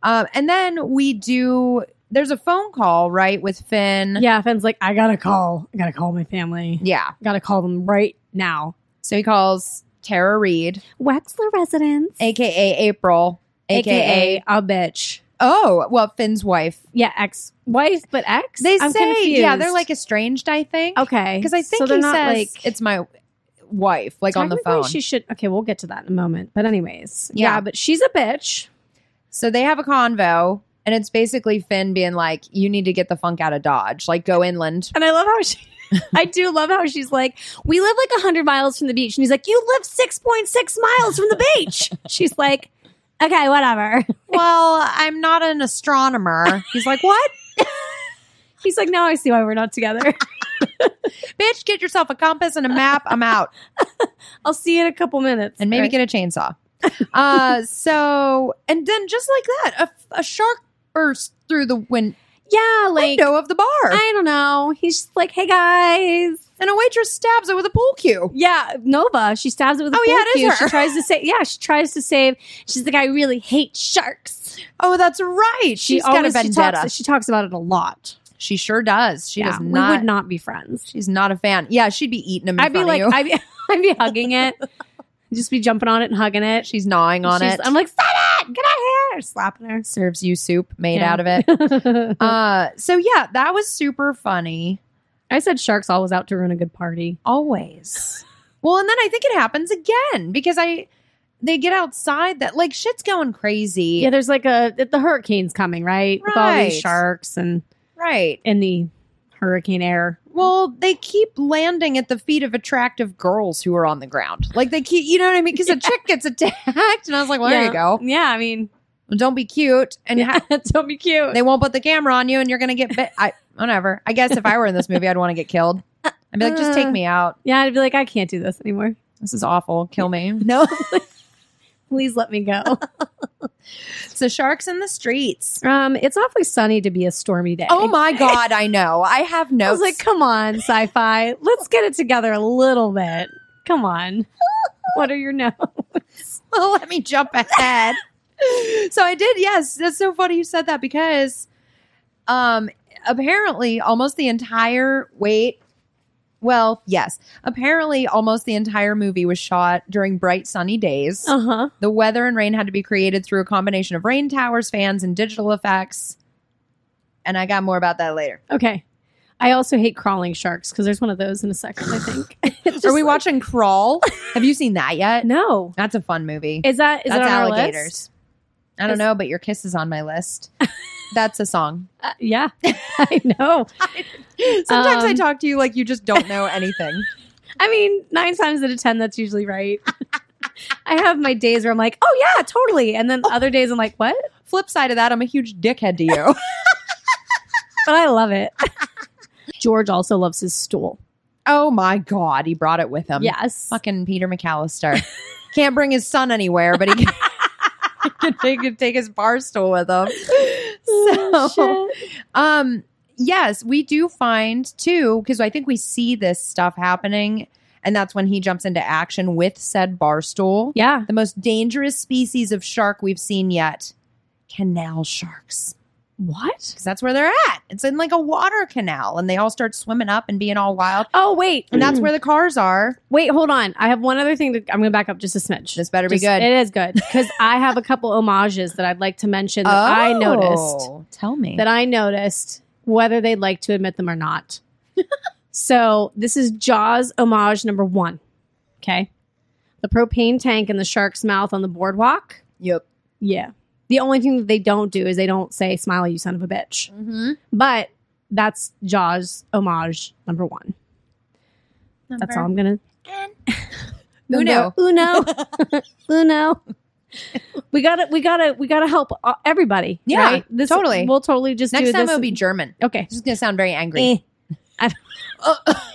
Um, and then we do. There's a phone call, right, with Finn. yeah, Finn's like, I gotta call. I gotta call my family. Yeah. Gotta call them right now. So he calls Tara Reed, Wexler residence, aka April, aka, aka a bitch. oh, well, Finn's wife. Yeah, ex wife, but ex. They I'm say, confused. yeah, they're like estranged. I think okay, because I think so he they're not says like it's my wife, like on the Technically, phone. She should. Okay, we'll get to that in a moment. But anyways, Yeah. yeah, but she's a bitch. So they have a convo, and it's basically Finn being like, "You need to get the funk out of Dodge. Like, go inland." And I love how she. I do love how she's like, we live like 100 miles from the beach. And he's like, you live 6.6 miles from the beach. She's like, okay, whatever. well, I'm not an astronomer. He's like, "What, He's like, now I see why we're not together. bitch? Get yourself a compass and a map. I'm out, I'll see you in a couple minutes. and maybe Right. get a chainsaw." Uh, so and then just like that, a, a shark bursts through the win- yeah, like, window of the bar, I don't know. He's just like, hey guys. and a waitress stabs it with a pool cue. Yeah, Nova. She stabs it with a Oh, yeah, pool it is cue. her. She tries to save. Yeah, she tries to save. She's like, I really hate sharks. Oh, that's right. She's got a she vendetta. talks, she talks about it a lot. She sure does. She yeah, does not. We would not be friends. She's not a fan. Yeah, she'd be eating him. In I'd be front like, of you. I'd be, I'd be hugging it, just be jumping on it and hugging it. she's gnawing on She's- it. I'm like, stop it, get out of here, slapping Um, her. serves you soup made Yeah. out of it. Uh, so yeah, that was super funny. I said sharks always out to ruin a good party. Always. well, and then I think it happens again because I they get outside that like shit's going crazy. Yeah, there's like a the hurricane's coming, right? With all these Right. sharks and right. in the hurricane air. Well, they keep landing at the feet of attractive girls who are on the ground. Like they keep, you know what I mean? Because a chick gets attacked, and I was like, well, there yeah. you go. Yeah, I mean, Well, don't be cute, and ha- don't be cute. they won't put the camera on you, and you're gonna get bit. I whatever. I guess if I were in this movie, I'd want to get killed. I'd be like, just take me out. yeah, I'd be like, I can't do this anymore. This is awful. Kill me. No. Please let me go. So sharks in the streets. um, it's awfully sunny to be a stormy day. Oh my god, I know. I have notes. I was like, come on, sci fi. Let's get it together a little bit. Come on. What are your notes? well, let me jump ahead. so I did. Yes, that's so funny you said that because, um, apparently almost the entire wait. Well, yes. Apparently, almost the entire movie was shot during bright sunny days. Uh huh. The weather and rain had to be created through a combination of rain towers, fans, and digital effects. And I got more about that later. Okay. I also hate crawling sharks because there's one of those in a second, I think. It's just Are we like- watching Crawl? Have you seen that yet? No. That's a fun movie. Is that is that on That's our list? alligators. I don't is- know, but your kiss is on my list. That's a song. Uh, yeah, I know. Sometimes I Um, talk to you like you just don't know anything. I mean, nine times out of ten, that's usually right. I have my days where I'm like, oh yeah, totally, and then other days I'm like, what? Flip side of that, I'm a huge dickhead to you. But I love it. George also loves his stool. oh my god, he brought it with him. yes. fucking Peter McAllister can't bring his son anywhere, but he can, he can take his bar stool with him. So, Oh, shit. Um, yes, we do find too, because I think we see this stuff happening, and that's when he jumps into action with said barstool. yeah. The most dangerous species of shark we've seen yet. Canal sharks. What? Because that's where they're at. It's in like a water canal, and they all start swimming up and being all wild. Oh wait, And that's where the cars are. Wait, hold on. I have one other thing. That, I'm going to back up just a smidge. This better be Just- good. It is good because I have a couple homages that I'd like to mention that I noticed. Oh, Tell me. That I noticed, whether they'd like to admit them or not. so this is Jaws homage number one. Okay, the propane tank in the shark's mouth on the boardwalk. yep. Yeah. The only thing that they don't do is they don't say "Smiley, you son of a bitch." Mm-hmm. But that's Jaws homage number one. That's all I'm gonna Uno. Number Uno. Uno. We gotta, we gotta, we gotta help uh, everybody. Yeah, right? This- totally. We'll totally just Next do time this. it'll be German. okay. This is going to sound very angry. Oh, Eh. I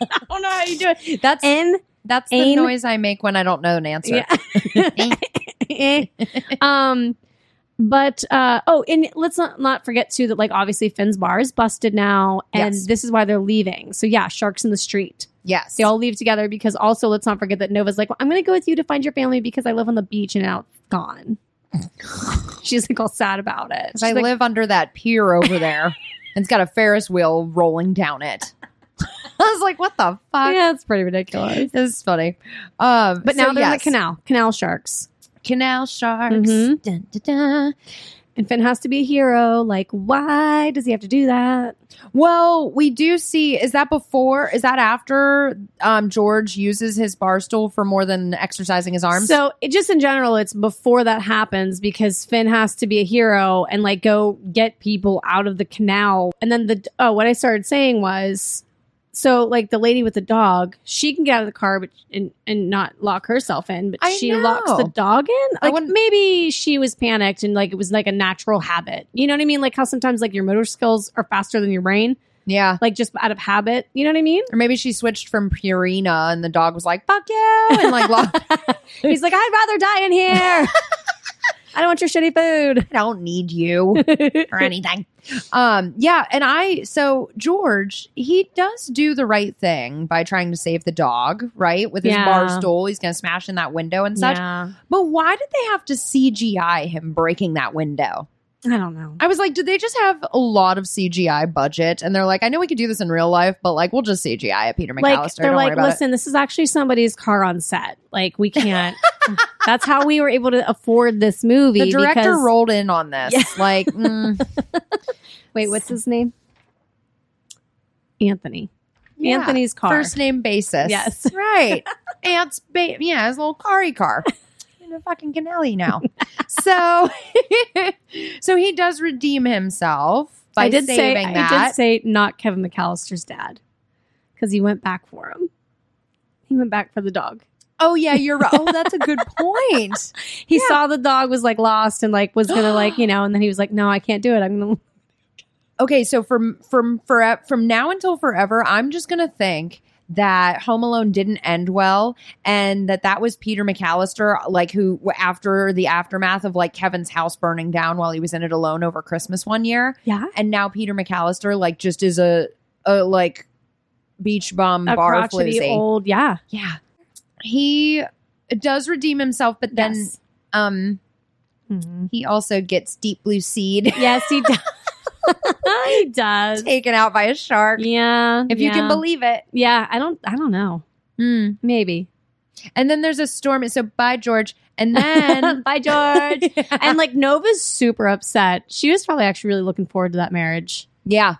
I don't know how you do it. That's N. That's the Ain- Eh. noise I make when I don't know an answer. Yeah. Eh. um, But uh, oh, and let's not, not forget too that like obviously Finn's bar is busted now, and Yes. this is why they're leaving. So yeah, sharks in the street. Yes. They all leave together because also let's not forget that Nova's like, well, I'm going to go with you to find your family because I live on the beach and now it's gone. She's like all sad about it. Because She's I like, live under that pier over there, and it's got a Ferris wheel rolling down it. I was like, "What the fuck?" Yeah, it's pretty ridiculous. This is funny. Um, But so now they're in the yes, canal, canal sharks. canal sharks. Mhm. Dun, dun, dun. And Finn has to be a hero. Like, why does he have to do that? Well, we do see. Is that before? Is that after um, George uses his bar stool for more than exercising his arms? So, it, just in general, it's before that happens because Finn has to be a hero and like go get people out of the canal. And then the oh, what I started saying was, so like the lady with the dog, she can get out of the car, but and and not lock herself in, but I she locks know. the dog in. I Like wouldn't- maybe she was panicked and like it was like a natural habit. You know what I mean? Like how sometimes like your motor skills are faster than your brain, yeah. like just out of habit. You know what I mean? Or maybe she switched from Purina, and the dog was like, "Fuck you!" and like, lo- He's like, I'd rather die in here. I don't want your shitty food. "I don't need you." or anything. Um, yeah, and I so George, he does do the right thing by trying to save the dog, right? With his Yeah. bar stool, he's gonna smash in that window and such. Yeah. But why did they have to CGI him breaking that window? I don't know. I was like, did they just have a lot of CGI budget? And they're like, I know we could do this in real life, but like we'll just CGI it, Peter McAllister. Like they're Don't worry like, about listen, this is actually somebody's car on set. Like we can't. That's how we were able to afford this movie. it. The director because- rolled in on this. Yeah. Like, mm, Wait, what's his name? Anthony. yeah. Anthony's car. First name basis. Yes. Right. Aunt's baby. Yeah, his little carry car. In a fucking canelli now. so so he does redeem himself by I did say saving that. I did say not Kevin McAllister's dad because he went back for him. He went back for the dog. oh yeah, you're right. Oh, that's a good point. He Yeah. saw the dog was like lost and like was gonna like you know, and then he was like, no, I can't do it. I'm gonna Okay, so from from for, from now until forever, I'm just gonna think that Home Alone didn't end well, and that that was Peter McAllister, like who after the aftermath of like Kevin's house burning down while he was in it alone over Christmas one year, yeah. and now Peter McAllister like just is a a like beach bum a bar crotchety floozy. old yeah yeah, he does redeem himself, but then yes. Hmm. um he also gets deep blue seed yes he does he does taken out by a shark. yeah If you can yeah. Hmm. believe it. yeah i don't i don't know Mm. maybe And then there's a storm. So bye, George. And then bye george and and like nova's super upset she was probably actually really looking forward to that marriage yeah,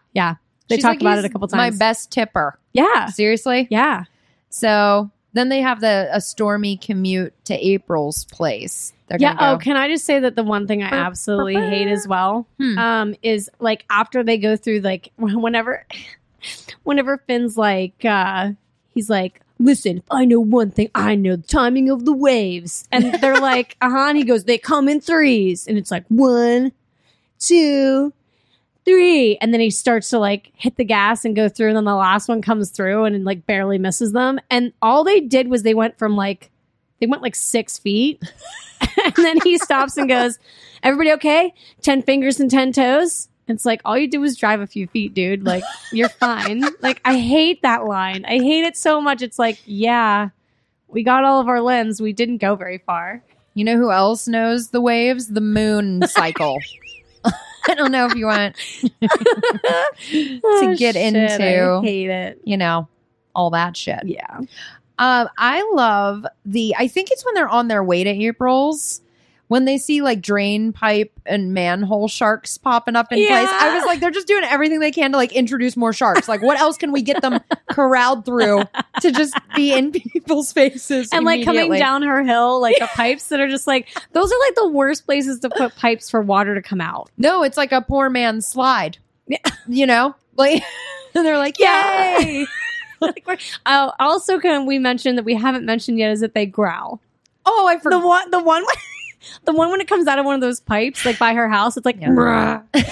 they She's talked like, about "He's it a couple My times best tipper. yeah Seriously. yeah So then they have the a stormy commute to April's place. They're yeah gonna oh can i just say that the one thing i Burp, absolutely burp, hate as well Hmm. um is like after they go through like whenever whenever finn's like uh he's like listen i know one thing i know the timing of the waves and they're like uh-huh and he goes they come in threes and it's like one two three and then he starts to like hit the gas and go through and then the last one comes through and like barely misses them and all they did was they went from like they went like six feet and then he stops and goes everybody okay 10 fingers and 10 toes. It's like, all you do is drive a few feet, dude. Like, you're fine. Like, I hate that line. I hate it so much. It's like, yeah, we got all of our limbs. We didn't go very far. You know who else knows the waves? The moon cycle. I don't know if you want, Oh, shit, get into- I hate it. you know, all that shit. Yeah. Um, I love the, I think it's when they're on their way to April's. When they see like drain pipe and manhole sharks popping up in place, I Yeah. was like, they're just doing everything they can to like introduce more sharks. Like, what else can we get them corralled through to just be in people's faces? And like coming immediately? down her hill, like the pipes that are just like, those are like the worst places to put pipes for water to come out. No, it's like a poor man's slide. Yeah. You know? Like and they're like, Yeah. Yay. Like, we're, oh, also, can we mention that we haven't mentioned yet is that they growl. oh, I the forgot. one the one the one when it comes out of one of those pipes like by her house it's like Yeah.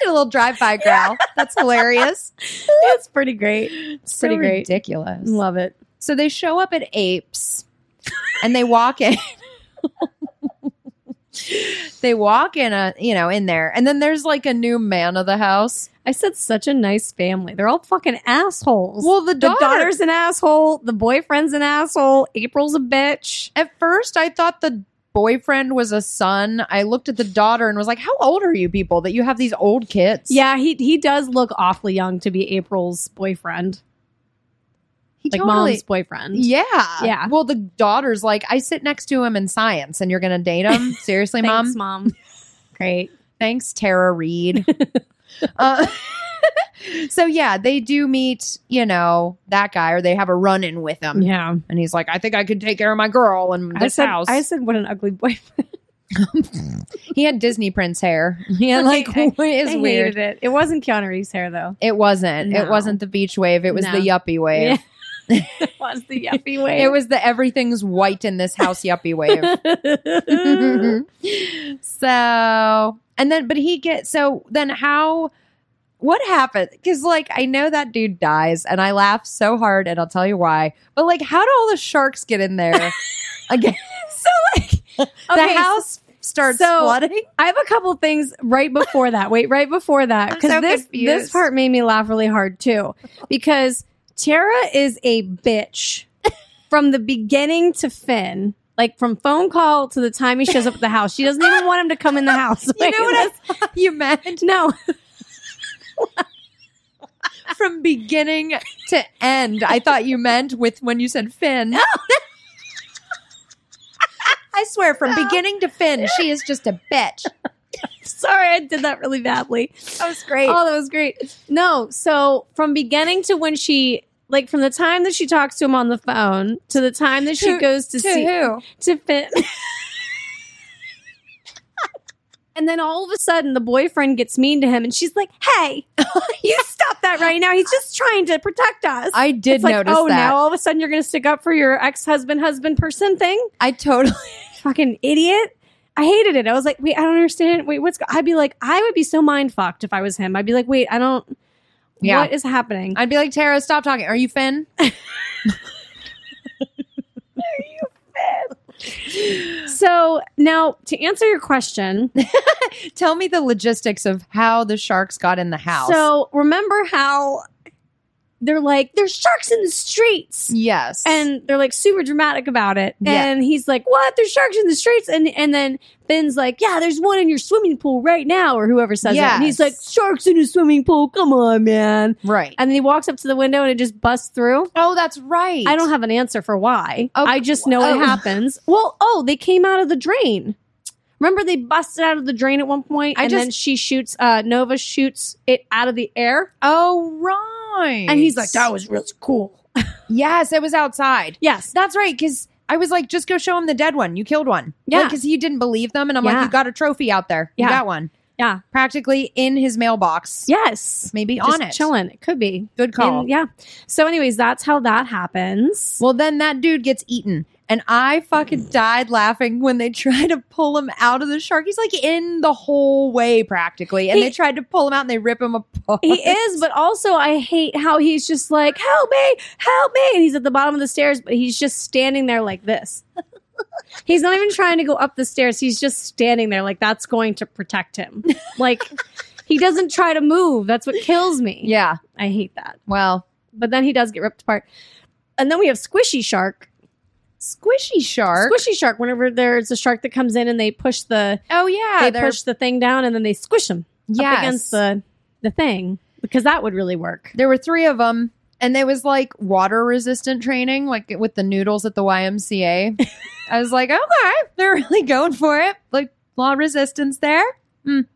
Did a little drive by growl. That's hilarious. it's pretty great It's pretty great. ridiculous. love it So they show up at Apes and they walk in. they walk in a you know in there and then there's like a new man of the house I said such a nice family. They're all fucking assholes. well the, the daughter, daughter's an asshole. The boyfriend's an asshole. April's a bitch. at first i thought the boyfriend was a son i looked at the daughter and was like how old are you people that you have these old kids Yeah, he he does look awfully young to be April's boyfriend, he like totally- mom's boyfriend. yeah Yeah. well the daughter's like i sit next to him in science and you're gonna date him seriously mom Thanks, mom. Great. Thanks, Tara Reed. uh, so yeah, they do meet, you know, that guy, or they have a run in with him, Yeah. and he's like, "I think I could take care of my girl in Um, this I said, house." I said, what an ugly boyfriend. he had Disney Prince hair. Yeah, like I- it is I weird. hated it. It wasn't Keanu Reeves' hair though. It wasn't. It No. wasn't the beach wave. It was No. the yuppie wave. it was the yuppie way. It was the everything's white in this house yuppie wave. so and then but he gets so then how what happened because like i know that dude dies and i laugh so hard and i'll tell you why but like how do all the sharks get in there again so like okay, the house starts so- flooding I have a couple things right before that. Wait, right before that, I'm because so this this confused. part made me laugh really hard too, because Tara is a bitch from the beginning to Finn. Like from phone call to the time he shows up at the house, she doesn't even want him to come in the house. you know what I, you meant I, no, from beginning to end i thought you meant with when you said finn i swear from No. beginning to finn she is just a bitch sorry, I did that really badly. that was great Oh, that was great. No, so from beginning to when she like from the time that she talks to him on the phone to the time that she To- goes to, see who to fit. and then all of a sudden the boyfriend gets mean to him and she's like, "Hey, you stop that right now. He's just trying to protect us." I did it's like, notice oh, that. now all of a sudden you're going to stick up for your ex-husband, husband, person thing? I totally. fucking idiot. I hated it. I was like, wait, I don't understand. Wait, what's? Go-? I'd be like, I would be so mind fucked if I was him. I'd be like, wait, I don't. Yeah. What is happening? I'd be like, Tara, stop talking. Are you Finn? so now to answer your question, Tell me the logistics of how the sharks got in the house. so remember how they're like, there's sharks in the streets. yes, And they're like super dramatic about it. Yeah. And he's like, What? There's sharks in the streets. And and then Finn's like, Yeah, there's one in your swimming pool right now, or whoever says that. And he's like, Yes. Sharks in a swimming pool. Come on, man. right. And then he walks up to the window and it just busts through. oh, that's right. I don't have an answer for why. Oh, I just know oh. it happens. Well, oh, they came out of the drain. Remember they busted out of the drain at one point I and just- then she shoots uh Nova shoots it out of the air Oh, right. and he's like that was really cool. yes, it was outside. Yes. That's right. Because I was like, just go show him the dead one. You killed one. Yeah. Because he didn't believe them, and I'm Yeah. like, you got a trophy out there. You Yeah. got one. Yeah. Practically in his mailbox. Yes. Maybe Just on it. chilling. It could be. Good call. And, yeah. So anyways, that's how that happens. Well, then that dude gets eaten. And I fucking Mm. died laughing when they tried to pull him out of the shark. He's like in the whole way practically. And He- they tried to pull him out and they rip him apart. He is, but also I hate how he's just like, help me, help me. And he's at the bottom of the stairs, but he's just standing there like this. He's not even trying to go up the stairs. He's just standing there like that's going to protect him. Like he doesn't try to move. That's what kills me. Yeah. I hate that. Well, But then he does get ripped apart. And then we have Squishy Shark. squishy shark. Squishy Shark, whenever there's a shark that comes in and they push the oh, yeah. they they're- push the thing down and then they squish him yes. up against the the thing. Because that would really work. There were three of them. And they was like water resistant training, like with the noodles at the YMCA. I was like, okay, they're really going for it. Like, a lot of resistance there. Mm.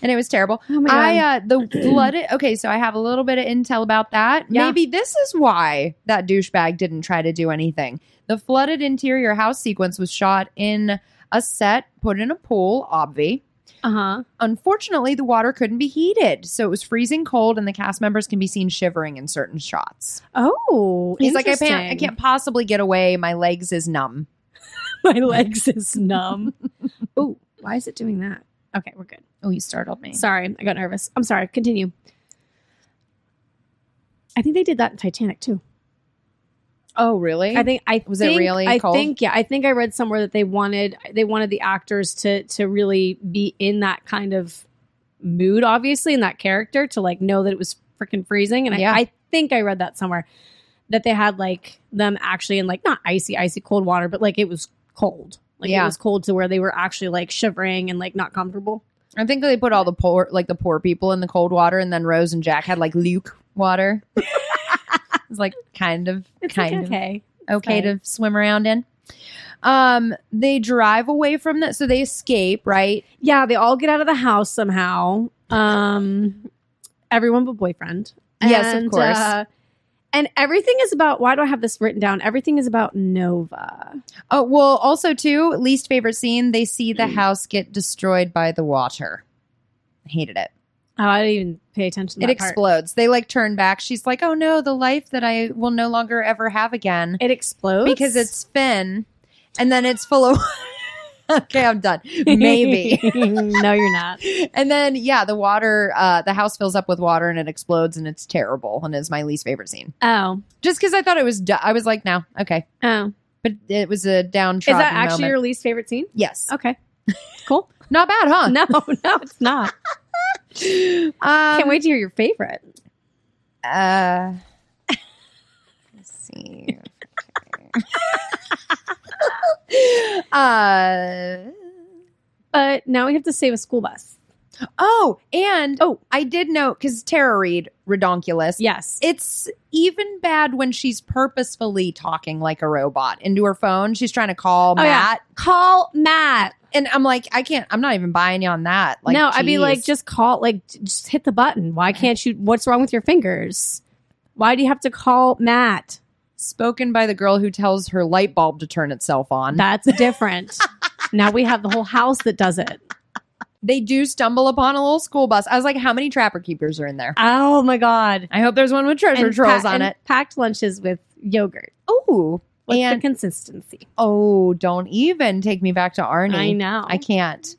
And it was terrible. Oh my I uh the flooded okay, so I have a little bit of intel about that. Yeah. Maybe this is why that douchebag didn't try to do anything. The flooded interior house sequence was shot in a set put in a pool, obvi. uh-huh. Unfortunately, the water couldn't be heated, so it was freezing cold, and the cast members can be seen shivering in certain shots. Oh, He's like, I can't, I interesting. can't possibly get away. My legs is numb. My legs is numb. oh, why is it doing that? Okay, we're good. Oh, you startled me. Sorry, I got nervous. I'm sorry. Continue. I think they did that in Titanic too. Oh, really? I think I Was it think, really I cold? think yeah. I think I read somewhere that they wanted they wanted the actors to to really be in that kind of mood, obviously, in that character to like know that it was freaking freezing. And Yeah. I, I think I read that somewhere that they had like them actually in like not icy icy cold water, but like it was cold. Like Yeah. it was cold to where they were actually like shivering and like not comfortable. I think they put all the poor, like the poor people in the cold water, and then Rose and Jack had like Luke water. it's like kind of, It's kind like, of okay. okay to swim around in. Um, they drive away from that, so they escape, right? Yeah, they all get out of the house somehow. Um, everyone but boyfriend. uh, Yes, of course. and everything is about. Why do I have this written down? Everything is about Nova. Oh well, also too least favorite scene. They see the Mm. house get destroyed by the water. Hated it. Oh, I didn't even pay attention. to it that part. explodes. They like turn back. She's like, "Oh no, the life that I will no longer ever have again." It explodes because it's Finn, and then it's full of. okay, I'm done. Maybe. no, you're not. and then yeah, the water, uh, the house fills up with water and it explodes and it's terrible and is my least favorite scene. Oh, Just because I thought it was, du- I was like, no, okay, oh, but it was a is downtrodden that actually moment. your least favorite scene? yes, Okay, cool. not bad, huh? No, no, it's not. Um, Can't wait to hear your favorite. Uh, let's see. Okay. uh, But now we have to save a school bus. oh, and Oh. I did know because Tara Reed, redonkulous. Yes, It's even bad when she's purposefully talking like a robot into her phone. She's trying to call Oh, yeah. Matt, call Matt. and I'm like, I can't. I'm not even buying you on that. Like, no, I'd be geez. like, just call, like, j- just hit the button. Why can't you? What's wrong with your fingers? Why do you have to call Matt? spoken by the girl who tells her light bulb to turn itself on. That's different. now we have the whole house that does it. they do stumble upon a little school bus. I was like, how many trapper keepers are in there? Oh my god! I hope there's one with treasure And trolls pa- on and it. Packed lunches with yogurt. Oh, What's and the consistency? oh, don't even take me back to Arnie. I know. I can't.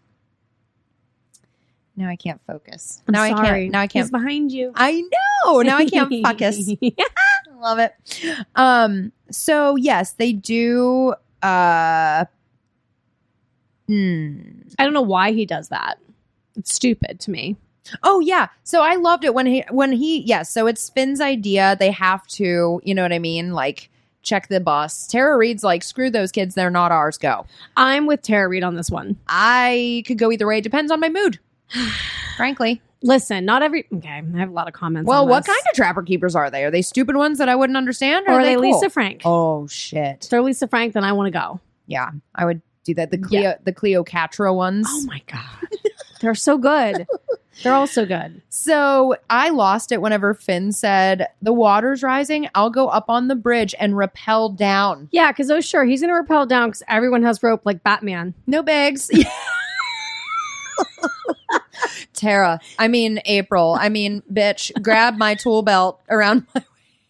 Now I can't focus. I'm now I sorry. can't. Now I He's can't. behind you. I know. Now I can't focus. I love it. Um. So yes, they do. Uh. Hmm. I don't know why he does that. It's stupid to me. Oh yeah. So I loved it when he when he yes, so it's Finn's idea. They have to, you know what I mean? Like check the bus. Tara Reed's like, screw those kids, they're not ours, go. I'm with Tara Reid on this one. I could go either way. It depends on my mood. Frankly. Listen, not every. Okay, I have a lot of comments. Well, on what this. kind of trapper keepers are they? Are they stupid ones that I wouldn't understand? Or, Or are they, cool? Lisa Frank? Oh shit. If they're Lisa Frank, then I want to go. Yeah. I would do that. The Cleo the Cleocatra ones. Oh my god, they're so good. They're all so good. So I lost it whenever Finn said, The water's rising, I'll go up on the bridge and rappel down. Yeah, because oh sure, he's gonna rappel down because everyone has rope like Batman. No bags. Tara, I mean April, I mean bitch, grab my tool belt around my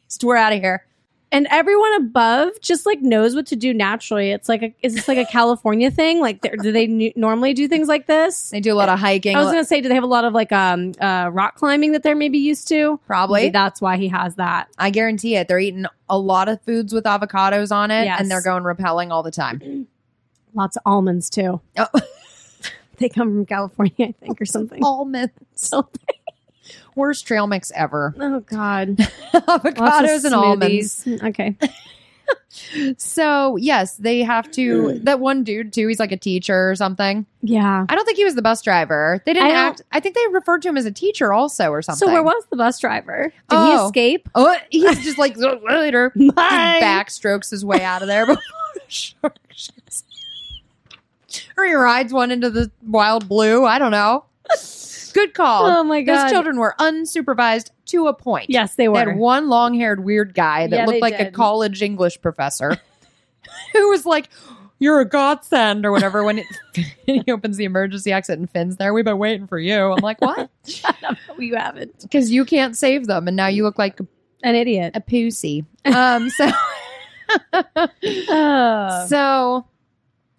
waist. We're out of here. And everyone above just like knows what to do naturally. It's like, a, is this like a California thing? Like, they're- do they n- normally do things like this? They do a lot of hiking, I was gonna say, do they have a lot of like um uh, rock climbing that they're maybe used to? Maybe probably. that's why he has that. I guarantee it. They're eating a lot of foods with avocados on it, Yes. and they're going rappelling all the time. Lots of almonds too. Oh. they come from California, I think, or something. Almonds, So- worst trail mix ever. oh God, Lots of avocados and almonds. smoothies. Okay, So yes, they have to. that one dude too. He's like a teacher or something. yeah. I don't think he was the bus driver. They didn't I don't- act. I think they referred to him as a teacher also or something. So where was the bus driver? Did Oh. he escape? Oh, he's just like later. Bye. Backstrokes his way out of there. before the shark shoots. or he rides one into the wild blue. I don't know. Good call. Oh my Those god! children were unsupervised to a point. Yes, they They were. had one long haired weird guy that Yeah, looked they like a did. college English professor who was like, You're a godsend or whatever. When it, he opens the emergency exit and Finn's there, we've been waiting for you. I'm like, What? you haven't. Because you can't save them. And now you look like An idiot. a pussy. Um, so Oh. so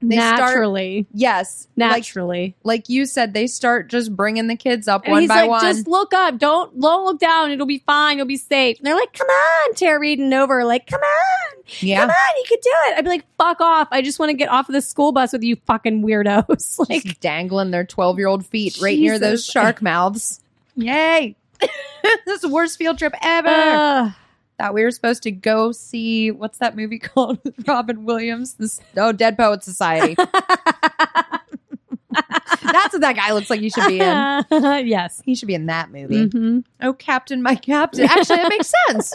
they start- naturally, yes, like naturally. like you said, they start just bringing the kids up one he's by like, one. just look up. Don't don't look down. It'll be fine. You'll be safe. And they're like, come on, Tara Reed and over. Like, come on. Come Yeah. on, you could do it. I'd be like, fuck off. I just want to get off of this school bus with you fucking weirdos. like, Just dangling their 12 year old feet right near those Jesus. shark mouths. Yay. this is the worst field trip ever. ugh. Ah. Thought we were supposed to go see what's that movie called? with Robin Williams. This, oh, Dead Poet Society. That's what that guy looks like. He should be in. yes. He should be in that movie. Mhm. Oh, Captain, my Captain. Actually, that makes sense.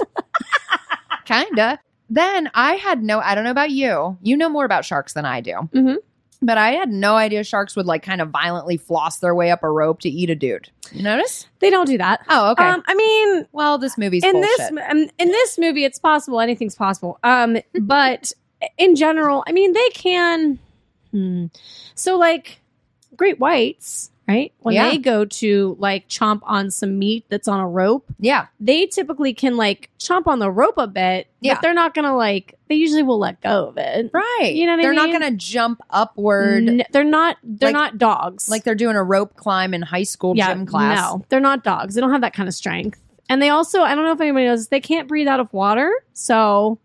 Kinda. Then I had no, I don't know about you. You know more about sharks than I do. Mhm. But I had no idea sharks would like kind of violently floss their way up a rope to eat a dude. You notice? They don't do that. Oh, okay. Um, I mean, well, this movie's in bullshit. this um, in this movie, it's possible. Anything's possible. Um, but in general, I mean, they can. Hmm. So, like, great whites, right? When Yeah. they go to like chomp on some meat that's on a rope, yeah. they typically can like chomp on the rope a bit, Yeah. but they're not gonna like. They usually will let go of it. Right. You know what I they're mean? not going to jump upward N- they're not. They're Like- not dogs. like they're doing a rope climb in high school gym class. No, they're not dogs. They don't have that kind of strength. And they also, I don't know if anybody knows, they can't breathe out of water. So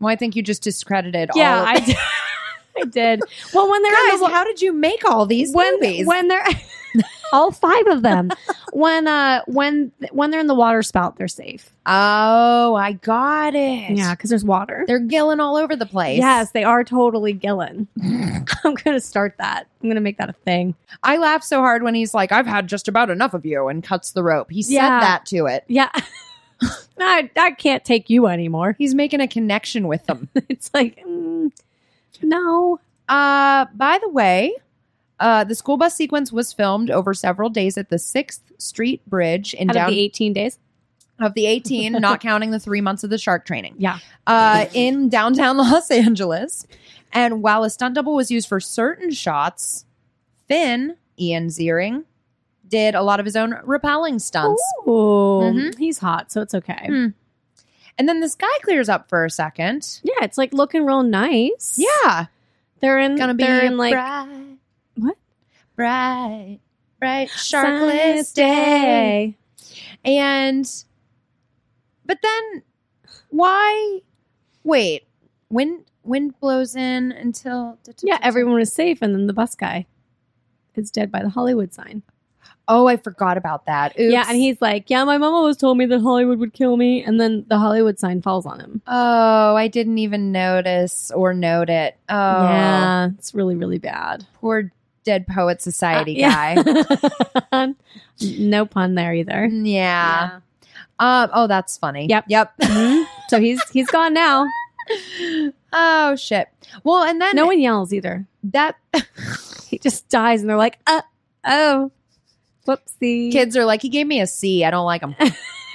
Well, I think you just discredited yeah, all of I did. I did. Well, when they're in Guys, the, wa- how did you make all these when movies? when they're all five of them when uh when when they're in the water spout they're safe. oh, I got it. Yeah, because there's water. They're gilling all over the place. Yes, they are totally Gillen. I'm gonna start that. I'm gonna make that a thing. I laugh so hard when he's like, I've had just about enough of you and cuts the rope. He said Yeah. that to it. Yeah. I, I can't take you anymore. He's making a connection with them. It's like, mm, no. uh, by the way, uh, the school bus sequence was filmed over several days at the 6th Street Bridge in Out downtown. of the 18 days. of the 18, not counting the three months of the shark training. Yeah. Uh, in downtown Los Angeles. And while a stunt double was used for certain shots, Finn, Ian Ziering, did a lot of his own rappelling stunts. Ooh, Mhm. he's hot, so it's okay. Hmm. And then this guy clears up for a second. Yeah, it's like looking real nice. Yeah. they're in. Gonna be they're in like bright, What? Bright, bright, Sharkless sharkless day. And, but then why? Wait, wind wind blows in until Yeah, everyone is safe, and then the bus guy is dead by the Hollywood sign. Oh, I forgot about that. Oops. Yeah, and he's like, "Yeah, my mom always told me that Hollywood would kill me," and then the Hollywood sign falls on him. Oh, I didn't even notice or note it. Oh, Yeah, it's really really bad. poor Dead Poet Society Uh, guy. yeah. no pun there either. yeah. Um. Oh, that's funny. Yep. Yep. Mhm. So he's he's gone now. oh shit. Well, and then No one yells either. that He just dies, and they're like, "Uh oh, whoopsie." kids are like, he gave me a C. I don't like him.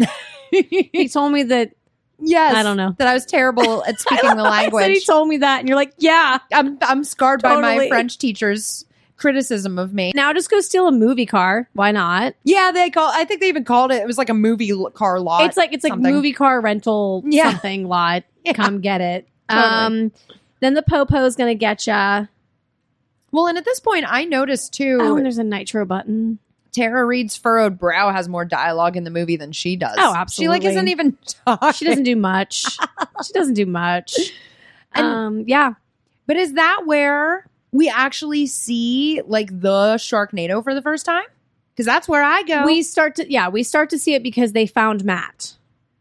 he told me that yes. I don't know. That I was terrible at speaking the I said he language. told me that, and you're like, yeah. I'm I'm scarred by my Totally. French teacher's criticism of me. Now just go steal a movie car. Why not? Yeah, they call. I think they even called it. It was like a movie l- car lot. it's like it's like something. movie car rental Yeah. something lot. Yeah. Come get it. Totally. Um, then the popo's gonna get ya. well, and at this point, I noticed too. Oh, and there's a nitro button. Tara Reed's furrowed brow has more dialogue in the movie than she does. Oh, She like isn't absolutely. even talking. She doesn't do much. she doesn't do much. And- um, yeah, But is that where we actually see like the Sharknado for the first time? Because that's where I go. we start to yeah we start to see it because they found Matt.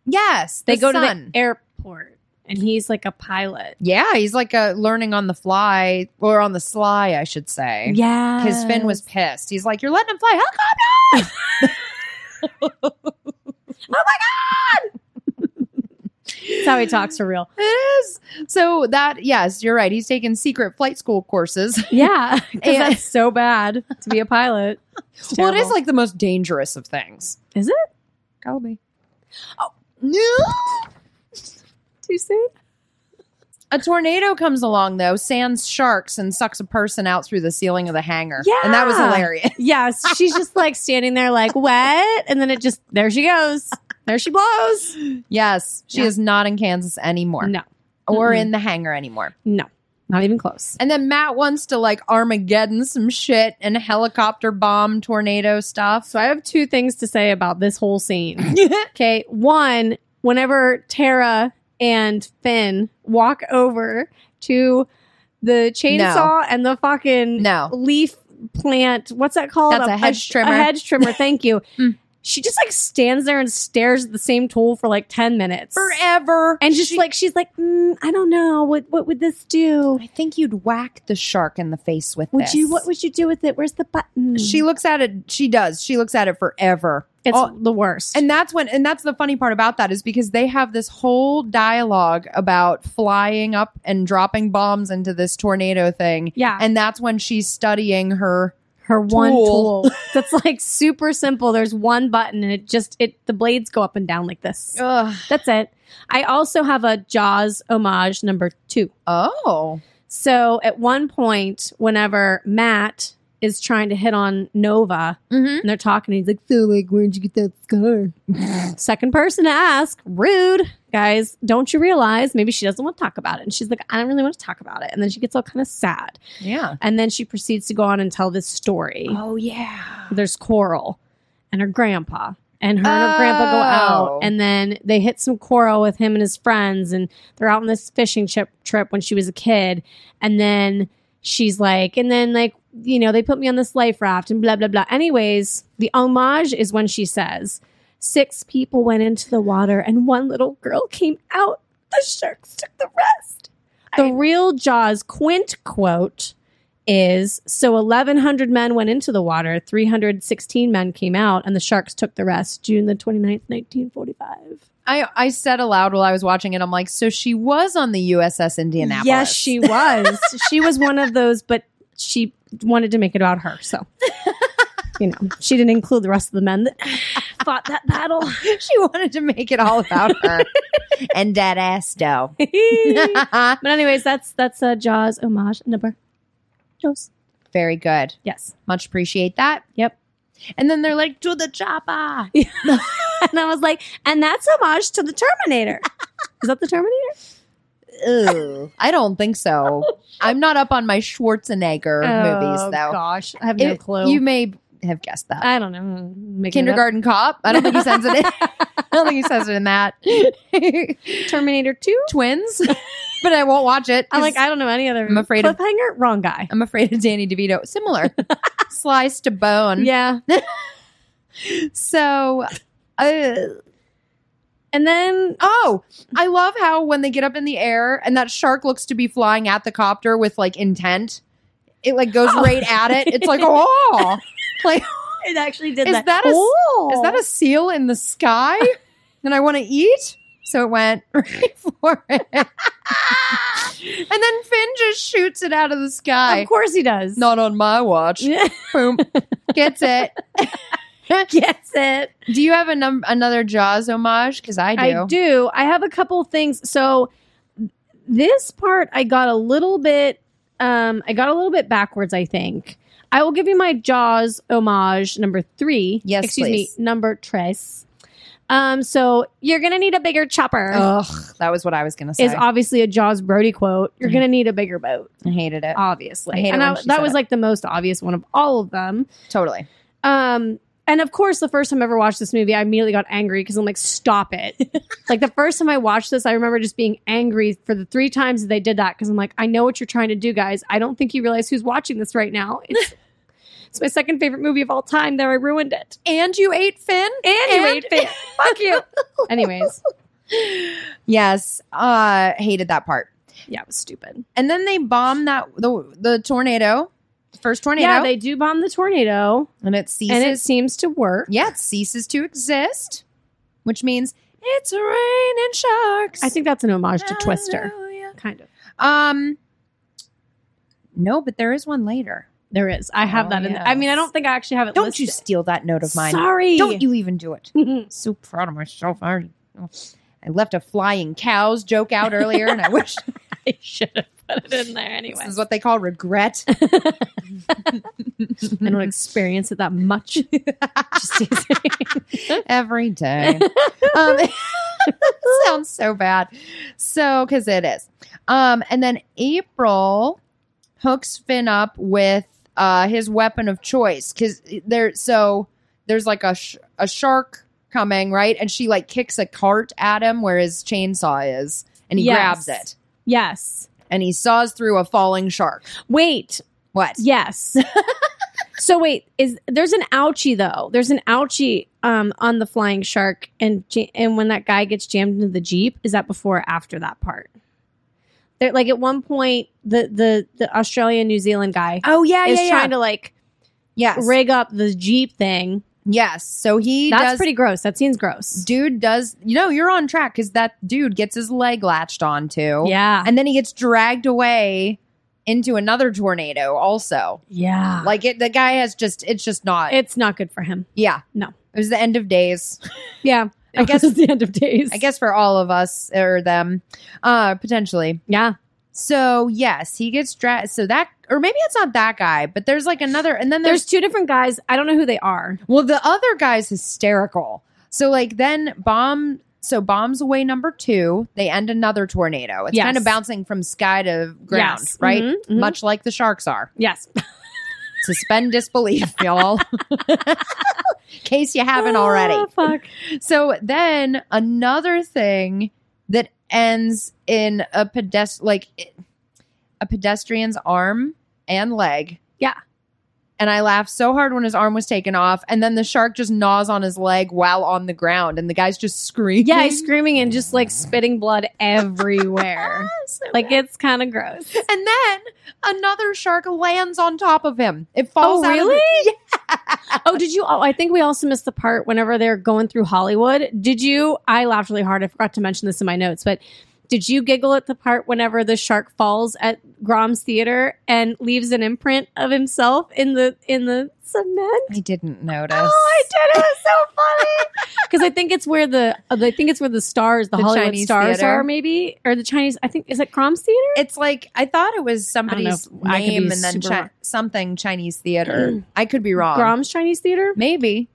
yes, They the go to sun. the airport, and he's like a pilot. yeah, he's like uh learning on the fly or on the sly, I should say. Yeah, Because Finn was pissed. He's like, "You're letting him fly helicopter." Oh That's how he talks for real. It is. So that yes, you're right. He's taking secret flight school courses. Yeah, because And- that's so bad to be a pilot. It's well, it is terrible. like the most dangerous of things. Is it? Probably. Oh no! too soon. A tornado comes along though, sands sharks and sucks a person out through the ceiling of the hangar. and that was Yeah. hilarious. Yes, she's just like standing there, like what? And then it just there she goes, there she blows. yes, she Yeah. is not in Kansas anymore, No, or Mm-mm. in the hangar anymore. no, not even close. And then Matt wants to like Armageddon some shit and helicopter bomb tornado stuff. So I have two things to say about this whole scene. Okay, one, whenever Tara and Finn walk over to the chainsaw and the fucking No. leaf plant. What's that called? That's a hedge sh- trimmer. A hedge trimmer. Thank you. Mm. She just like stands there and stares at the same tool for like ten minutes, Forever. and just like she's like, mm, I don't know what what would this do? I think you'd whack the shark in the face with Would this. you what would you do with it? Where's the button? she looks at it. She does. She looks at it forever. it's All- the worst. and that's when, and that's the funny part about that is because they have this whole dialogue about flying up and dropping bombs into this tornado thing. yeah, And that's when she's studying her. her one Tool. tool that's like super simple there's one button and it just it the blades go up and down like this Ugh. that's it i also have a jaws homage number two Oh. so at one point whenever matt is trying to hit on nova Mm-hmm. and they're talking and he's like so like where'd you get that scar second person to ask rude guys don't you realize maybe she doesn't want to talk about it and she's like i don't really want to talk about it and then she gets all kind of sad Yeah. and then she proceeds to go on and tell this story Oh yeah. there's Coral and her grandpa. And her and her grandpa go Oh. out, and then they hit some Coral with him and his friends, and they're out on this fishing trip trip when she was a kid. And then she's like, and then like you know they put me on this life raft and blah blah blah. Anyways, the homage is when she says, six people went into the water and one little girl came out. The sharks took the rest. The real Jaws Quint quote is so 1100 men went into the water 316 men came out and the sharks took the rest june the 29th 1945 I I said aloud while I was watching it. I'm like, so she was on the USS Indianapolis. yes she was she was one of those but she wanted to make it about her so you know she didn't include the rest of the men that fought that battle she wanted to make it all about her and that ass though. but anyways that's that's a jaws homage number jaws Very good. yes Much appreciate that. Yep. And then they're like, to the chopper. and i was like and that's homage to the terminator is that the terminator Ew. I don't think so. I'm not up on my Schwarzenegger movies Oh, though. gosh i have no It- clue You may have guessed that. I don't know. Making it up. Kindergarten cop. I don't think he says it. In, I don't think he says it in that. Terminator 2? Twins, but I won't watch it. I'm 'cause like, I don't know any other. I'm afraid of- Cliffhanger? Wrong guy. I'm afraid of Danny DeVito. Similar, slice to bone. Yeah. So, uh, And then, oh, I love how when they get up in the air and that shark looks to be flying at the copter with like intent. It like goes Oh. right at it. It's like, oh, it actually did Is that. that a s- Oh. is that a seal in the sky? And I want to eat. So it went right for it. and then Finn just shoots it out of the sky. Of course he does. Not on my watch. Boom. Gets it. Gets it. Do you have a num- another Jaws homage? Because I do. I do. I have a couple things. So this part I got a little bit um I got a little bit backwards, I think. I will give you my Jaws homage number three. Yes, Excuse please. me, number tres. Um, so you're gonna need a bigger chopper Ugh, that was what I was gonna say. is obviously a Jaws Brody quote. You're Mhm. gonna need a bigger boat. I hated it obviously. I hate it and when I, she that said was it. like the most obvious one of all of them. totally. Um, and of course, the first time I ever watched this movie, I immediately got angry because I'm like, stop it. like the first time I watched this, I remember just being angry for the three times that they did that because I'm like, I know what you're trying to do, guys. I don't think you realize who's watching this right now. It's, it's my second favorite movie of all time. There, I ruined it. And you ate Finn. And, you ate Finn. Fuck you. Anyways, Yes, uh, hated that part. yeah, it was stupid. And then they bomb that the the tornado, first tornado, Yeah, they do bomb the tornado, and it ceases. and it seems to work. yeah, it ceases to exist, which means it's raining sharks. I think that's an homage to Twister, Hallelujah. kind of. Um, no, but there is one later. There is. I have Oh, that in. I mean, I yes. don't think I actually have it. Don't you listed. steal that note of mine. Sorry. Don't you even do it. you? so proud of myself. I, I left a flying cows joke out earlier, and I wish I should have put it in there anyway. this is what they call regret. I don't experience it that much. Just Every day. Um, sounds so bad. So, because it is. Um, and then April hooks Finn up with uh, his weapon of choice because there. So there's like a sh- a shark coming right, and she like kicks a cart at him where his chainsaw is. and he Yes. grabs it Yes. and he saws through a falling shark. Wait. What? Yes. so wait, is there's an ouchie though? There's an ouchie um, on the flying shark, and ja- and when that guy gets jammed into the jeep, is that before or after that part? They're, like at one point, the the the Australian New Zealand guy Oh yeah, is trying to like yes, rig up the jeep thing. yes. So he That's does. pretty gross. That seems gross. dude does. You know, you're on track because that dude gets his leg latched onto. Yeah. and then he gets dragged away into another tornado. Also, Yeah. like it, the guy has just. It's just not. It's not good for him. yeah, No. It was the end of days. Yeah. I guess- it's the end of days. I guess for all of us or them, uh, potentially. Yeah. So yes, he gets dressed. So that, or maybe it's not that guy, but there's like another, and then There's there's, two different guys. I don't know who they are. well, the other guy's hysterical. So like then bomb, so bombs away number two. They end another tornado. It's Yes. kind of bouncing from sky to ground, Yes. right? Mhm. Mhm. Much like the sharks are. Yes. Suspend disbelief, y'all. Case you haven't already. Oh, fuck. So then another thing that ends in a pedest like it- a pedestrian's arm and leg. Yeah. And I laughed so hard when his arm was taken off, and then the shark just gnaws on his leg while on the ground, and the guy's just screaming. Yeah, he's screaming and just like spitting blood everywhere. So like bad. it's kind of gross. And then another shark lands on top of him. It falls. out of the- Oh, did you? Oh, I think we also missed the part whenever they're going through Hollywood. Did you? I laughed really hard. I forgot to mention this in my notes, but did you giggle at the part whenever the shark falls at Grom's theater and leaves an imprint of himself in the in the cement? I didn't notice. Oh, I did. It was so funny. Because I think it's where the uh, I think it's where the stars, the, The Hollywood Chinese stars theater? are, maybe or the Chinese. I think is it Grom's theater? It's like I thought it was somebody's if I could be name and then super chi- wrong. something Chinese theater. I could be wrong. Grom's Chinese theater. Maybe.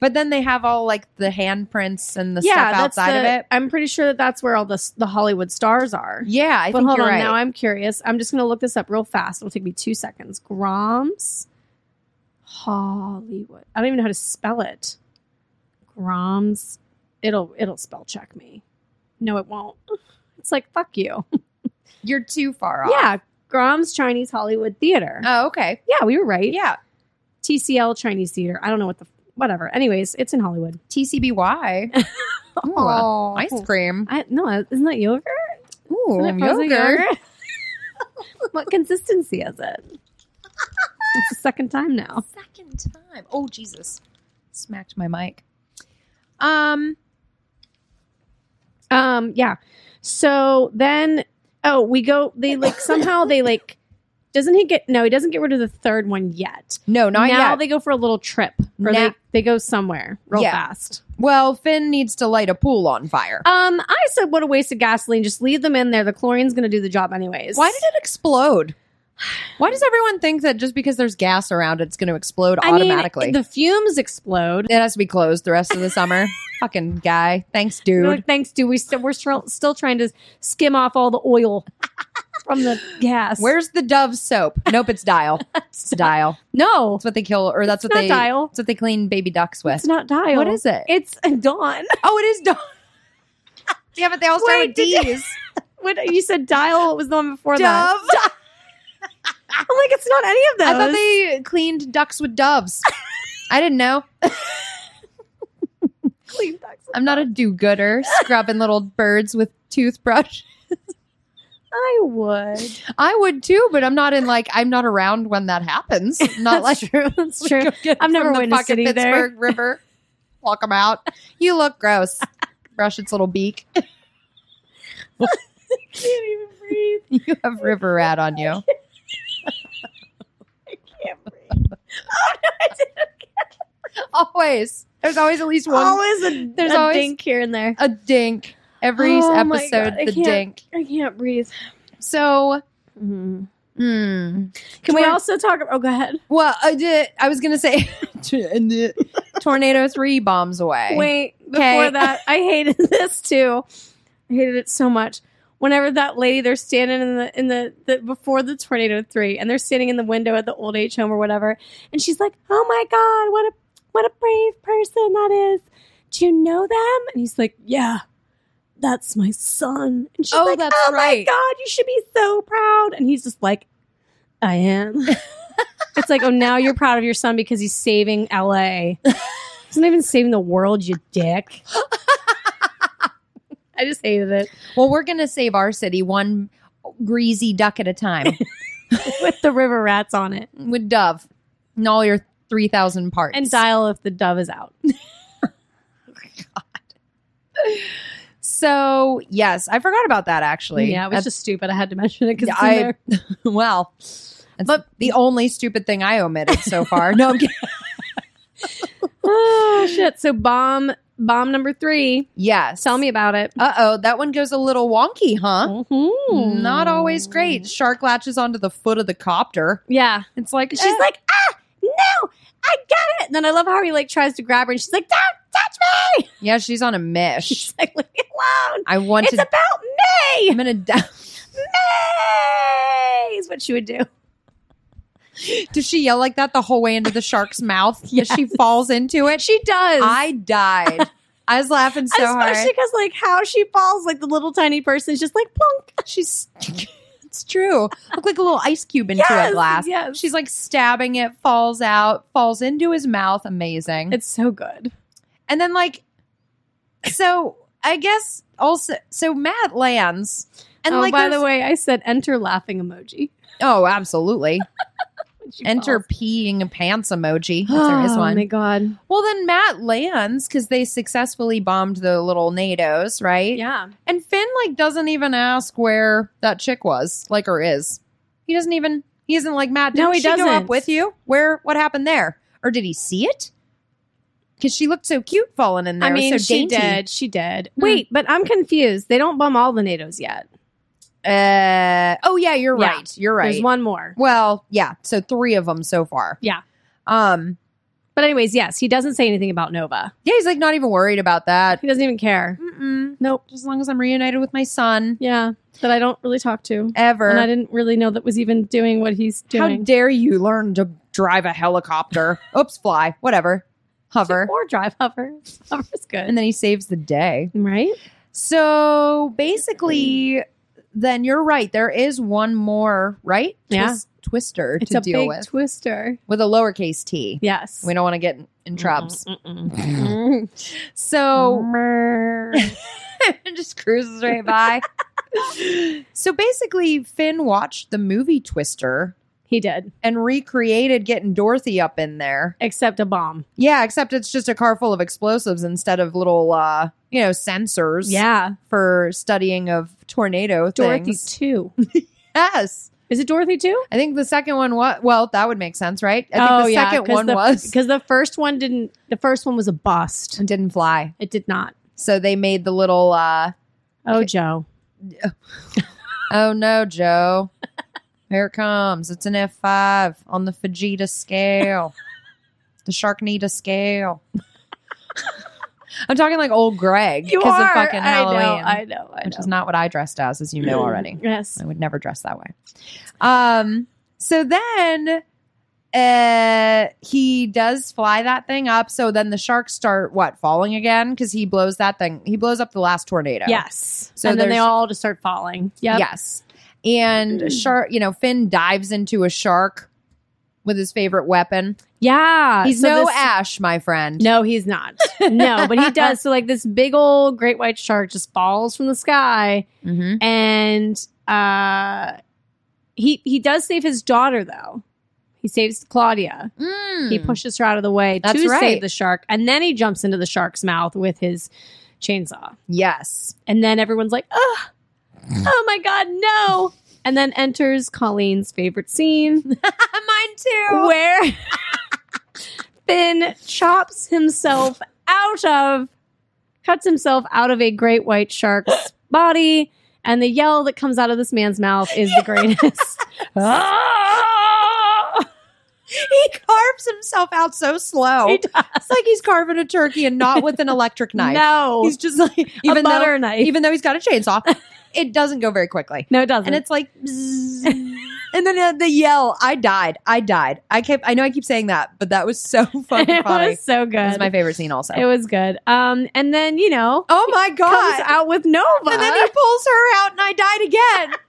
But then they have all like the handprints and the stuff that's outside the- of it. I'm pretty sure that that's where all the s- the Hollywood stars are. Yeah, I but think hold you're on, right. now I'm curious. I'm just gonna look this up real fast. It'll take me two seconds. Groms, Hollywood. I don't even know how to spell it. Groms. It'll it'll spell check me. No, it won't. It's like fuck you. you're too far off. Yeah, Groms Chinese Hollywood Theater. Oh, okay. yeah, we were right. Yeah. TCL Chinese Theater. I don't know what the whatever. Anyways, it's in Hollywood. TCBY. Ooh, uh, Oh, ice cream. I, no, isn't that yogurt? Ooh, Isn't it frozen yogurt? what consistency is it? It's the second time now. Second time. Oh, Jesus. Smacked my mic. Um, Um, yeah. So then, oh, we go. They like somehow they like. Doesn't he get? No, he doesn't get rid of the third one yet. no, not now yet. they go for a little trip, or Now- they they go somewhere real Yeah. fast. well, Finn needs to light a pool on fire. Um, I said, what a waste of gasoline. Just leave them in there. The chlorine's going to do the job anyways. Why did it explode? Why does everyone think that just because there's gas around, it's going to explode I mean, automatically? the fumes explode. it has to be closed the rest of the summer. Fucking guy. Thanks, They're dude. like, Thanks, dude. We still we're still, still trying to skim off all the oil from the gas. Where's the Dove soap? Nope, it's Dial. it's Dial. No, That's what they kill, or that's it's what not they. dial. That's what they clean baby ducks with. It's not dial. What is it? It's a dawn. oh, it is Dawn. yeah, but they all start Wait, with did D's. What you said? Dial. What was the one before Dove. that? I'm like, it's not any of those. I thought they cleaned ducks with doves. I didn't know. clean ducks. I'm not a do-gooder, scrubbing little birds with toothbrush. I would. I would too, but I'm not in like I'm not around when that happens. I'm Not like That's true. That's true. Go get I've it never from the witnessed fucking it either. Pittsburgh River. Walk them out. You look gross. Brush its little beak. can't even breathe. You have river rat on you. I can't breathe. Oh no, I didn't. Always. There's always at least one always a there's there's a always- dink here and there. a dink. Every Oh my episode, God, I the can't. dink. I can't breathe. So, Mhm. hmm. Can we Tor- also talk? Oh, go ahead. well, I did. I was gonna say, tornado three bombs away. Wait, before Okay. that, I hated this too. I hated it so much. Whenever that lady, they're standing in the in the, the before the tornado three, and they're standing in the window at the old age home or whatever, and she's like, "Oh my god, what a what a brave person that is." Do you know them? And he's like, "Yeah." that's my son. And she's Oh, like, that's oh right. my God, you should be so proud. And he's just like, I am. it's like, oh, now you're proud of your son because he's saving LA. He's not even saving the world, you dick. I just hated it. Well, we're gonna save our city one greasy duck at a time With the river rats on it. with Dove and all your three thousand parts. And dial if the dove is out. So yes, I forgot about that actually. yeah, it was That's- just stupid. I had to mention it because it's in I- there. well, but the only stupid thing I omitted so far. no, I'm kidding. Oh shit. So bomb bomb number three. yes. Tell me about it. Uh oh, that one goes a little wonky, huh? Mhm. Not always great. Shark latches onto the foot of the copter. Yeah. It's like She's eh. like, ah, no, I got it. And then I love how he like tries to grab her and she's like, Don't touch me. yeah, she's on a She's mish. like, Leave me alone. I want It's to. about I'm me. gonna. d- Me is what she would do. Does she yell like that the whole way into the shark's mouth? Yes. She falls into it. She does. I died. I was laughing so Especially hard. because like how she falls, like the little tiny person's just like plunk. She's. It's true. Look like a little ice cube into Yes, a glass. yes. She's like stabbing it, falls out, falls into his mouth. Amazing. It's so good. and then like, so I guess also, so Matt lands, and oh, like, by the there's- way, I said enter laughing emoji. oh, absolutely, when she enter falls. peeing pants emoji if there is Oh my one. god. Well, then Matt lands because they successfully bombed the little NATO's, right? Yeah. And Finn like doesn't even ask where that chick was, like or is. He doesn't even. He isn't like Matt. Didn't No, he she Go doesn't. up with you. Where? What happened there? Or did he see it? Because she looked so cute falling in there. I mean, so she dainty. did. She did. Hmm. Wait, but I'm confused. They don't bomb all the NATOs yet. Uh, oh yeah, you're Yeah. right. You're right. There's one more. Well, yeah. So three of them so far. Yeah. Um. But anyways, yes, he doesn't say anything about Nova. Yeah, he's like not even worried about that. He doesn't even care. Mm-mm. Nope. Just as long as I'm reunited with my son. Yeah, that I don't really talk to. Ever. And I didn't really know that was even doing what he's How doing. dare you learn to drive a helicopter? Oops, fly, whatever, hover. Or drive hover. Hover's good. And then he saves the day. right? So basically, then you're right. There is one more, right? Yeah. Twis- twister It's to a deal big with twister. with a lowercase t. Yes. We don't want to get in, in traps. Mm-mm. So Mm. just cruises right by. so basically, Finn watched the movie Twister he did. and recreated getting Dorothy up in there. Except a bomb. Yeah, except it's just a car full of explosives instead of little, uh, you know, sensors. Yeah. for studying of tornado Dorothy things. too. Yes, Is it Dorothy too? I think the second one was. Well, that would make sense, right? I think the second one was because Oh, the first one didn't. The first one was a bust. it didn't fly, It did not. so they made the little. uh Oh, Joe. Oh no, Joe! Here it comes. It's an F five on the Fujita scale, the Sharknado scale. I'm talking like old Greg because of fucking Halloween, I know. I know. which is not what I dressed as, as you know already. Yes. I would never dress that way. Um, so then uh he does fly that thing up so then the sharks start what falling again because he blows that thing he blows up the last tornado Yes. So and then they there's- all just start falling. Yep. yes and shark you know finn dives into a shark with his favorite weapon Yeah. he's So no this- ash my friend No, he's not. No, but he does. So like this big old great white shark just falls from the sky, mm-hmm. and uh, he he does save his daughter though. He saves Claudia. Mm-hmm. Hmm. He pushes her out of the way That's to right. save the shark, and then he jumps into the shark's mouth with his chainsaw. yes And then everyone's like, oh, oh my God, no. And then enters Colleen's favorite scene mine too where Finn chops himself out of, cuts himself out of a great white shark's body. And the yell that comes out of this man's mouth is the greatest. Ah! he carves himself out so slow He does. It's like he's carving a turkey and not with an electric knife. No. He's just like even even a though butter knife. even though he's got a chainsaw, it doesn't go very quickly. no, it doesn't. And it's like bzzz. And then uh, the yell, I died, I died. I kept, I know I keep saying that, but that was so fucking it funny. was so It good. was my favorite scene also. It was good. Um, and then you know, oh my comes God. out with Nova. And then he pulls her out and I died again.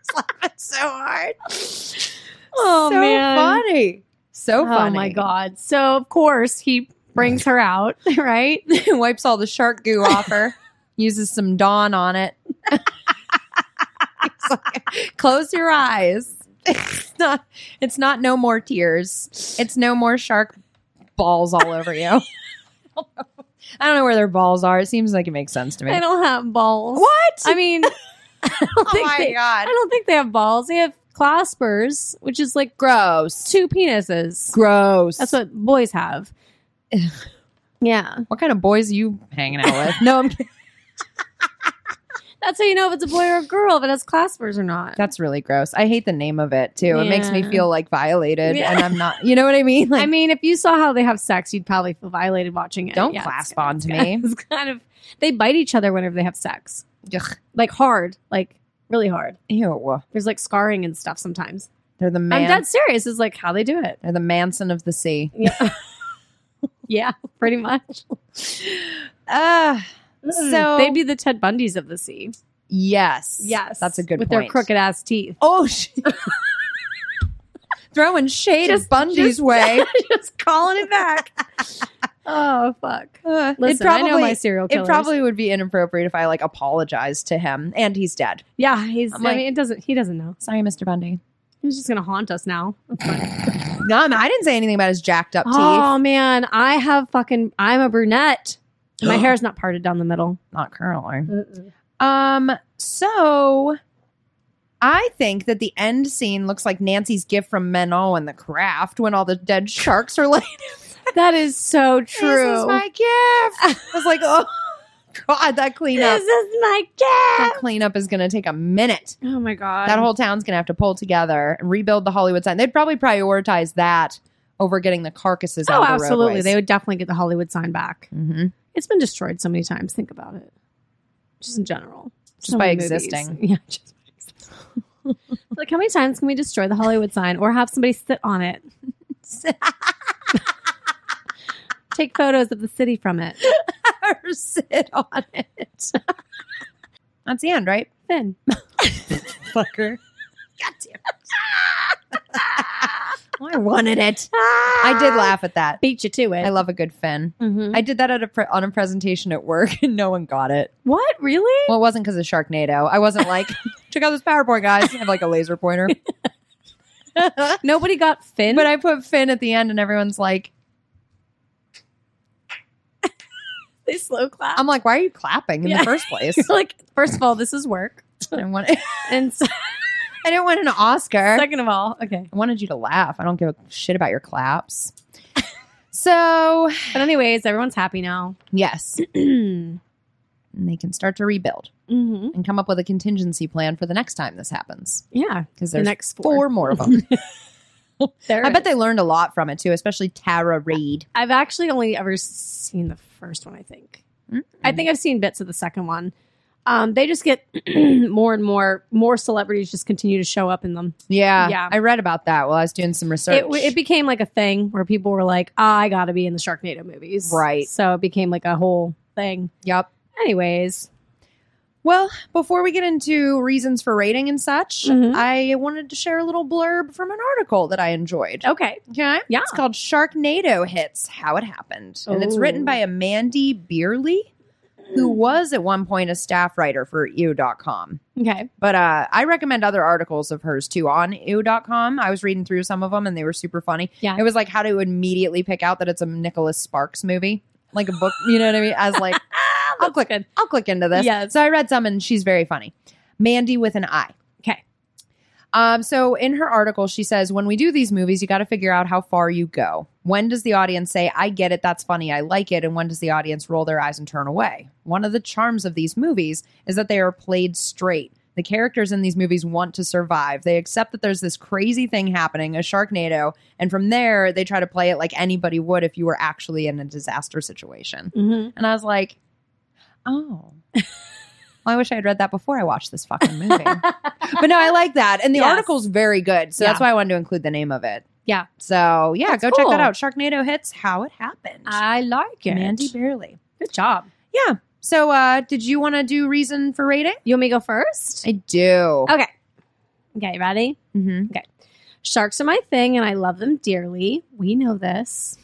It's laughing so hard. oh so man, funny. So funny. Oh my god. So of course he brings her out, right? Wipes all the shark goo off her. Uses some Dawn on it. It's like, Close your eyes. It's not it's not no more tears. It's no more shark balls all over you. I don't know where their balls are. It seems like it makes sense to me. They don't have balls. What? I mean, I don't oh think my they, I god. don't think they have balls. They have claspers, which is like Gross. two penises. Gross. That's what boys have. yeah, What kind of boys are you hanging out with? No, I'm kidding. that's how you know if it's a boy or a girl if it has claspers or not. That's really gross. I hate the name of it too. It makes me Yeah. feel like violated Yeah. and I'm not, you know what I mean? Like, I mean, if you saw how they have sex, you'd probably feel violated watching it. don't Yeah, clasp it's- on to it's- me. It's kind of they bite each other whenever they have sex, Ugh, like hard, like really hard. ew. There's like scarring and stuff sometimes. They're the man. I'm dead serious. Is like how they do it. They're the Manson of the sea. Yeah, yeah, pretty much. Ah, So They'd Hmm. they'd be the Ted Bundys of the sea. yes. Yes, That's a good with their point. crooked ass teeth. Oh, sh- throwing shade Just- of Bundy's just- way. Just calling it back. oh fuck! Uh, Listen, it probably, I know my serial it killers. probably would be inappropriate if I like apologized to him and he's dead. yeah. He's. I'm like- I mean, it doesn't. He doesn't know. Sorry, Mr. Bundy. He's just gonna haunt us now. That's fine. No, I mean, I didn't say anything about his jacked up teeth. Oh man, I have fucking I'm a brunette. My hair's not parted down the middle. Not currently. Um, so I think that the end scene looks like Nancy's gift from Menno and the craft when all the dead sharks are like, That is so This true. is my gift. I was like, oh God, that cleanup. is my That cat. cleanup is gonna take a minute. Oh my god. That whole town's gonna have to pull together and rebuild the Hollywood sign. They'd probably prioritize that over getting the carcasses Oh, out of the absolutely. roadways. They would definitely get the Hollywood sign back. Mhm. It's been destroyed so many times. Think about it. Just in general. Just So by many movies. existing. Yeah, just by existing. like how many times can we destroy the Hollywood sign or have somebody sit on it? Take photos of the city from it. Or sit on it. That's the end, right? Finn. fucker. God damn it. I wanted it. I did laugh at that. Beat you to it. I love a good fin. Mhm. I did that at a pre- on a presentation at work and no one got it. What? Really? Well, it wasn't because of Sharknado. I wasn't like, check out this PowerPoint, guys. I have like a laser pointer. but Nobody got Finn. I put Finn at the end and everyone's like, they slow clap. I'm like, why are you clapping in Yeah. the first place? like, first of all, this is work, I, want- and se- I didn't want an Oscar. second of all, okay. I wanted you to laugh. I don't give a shit about your claps. So, But anyways, everyone's happy now. yes, mm-hmm. and they can start to rebuild. and come up with a contingency plan for the next time this happens Yeah, because the there's next four. four. more of them. There I is. bet they learned a lot from it too, especially Tara Reid. I've actually only ever seen the first one. I think. I think I've seen bits of the second one. Um, they just get more and more more celebrities just continue to show up in them. Yeah, Yeah. I read about that while I was doing some research. It, it became like a thing where people were like, "I got to be in the Sharknado movies," Right. So it became like a whole thing. yep. Anyways, Well, before we get into reasons for rating and such, Mhm. I wanted to share a little blurb from an article that I enjoyed. okay, Okay. yeah. It's called Sharknado Hits How It Happened. And it's Ooh. written by Amanda Beerley, who was at one point a staff writer for E EU.com. Okay. But uh, I recommend other articles of hers too on ew.com. I was reading through some of them and they were super funny. Yeah. It was like how to immediately pick out that it's a Nicholas Sparks movie, like a book, you know what I mean? I was like, I'll click good. I'll click into this. Yes. So I read some and she's very funny. Mandy with an I. Okay. Um, so in her article, she says, when we do these movies, you got to figure out how far you go. When does the audience say, I get it, that's funny, I like it? And when does the audience roll their eyes and turn away? One of the charms of these movies is that they are played straight. The characters in these movies want to survive. They accept that there's this crazy thing happening, a Sharknado, and from there, they try to play it like anybody would if you were actually in a disaster situation. Mm-hmm. And I was like, oh, Well, I wish I had read that before I watched this fucking movie. but no, I like that. And the Yes. article's very good. So that's Yeah. why I wanted to include the name of it. Yeah. So yeah, That's go check cool. that out. Sharknado hits how it happened. I like it. Mandy Barely. Good job. So uh did you want to do reason for rating? You want me to go first? I do. Okay. Okay, ready? Mm-hmm. Sharks are my thing and I love them dearly. We know this.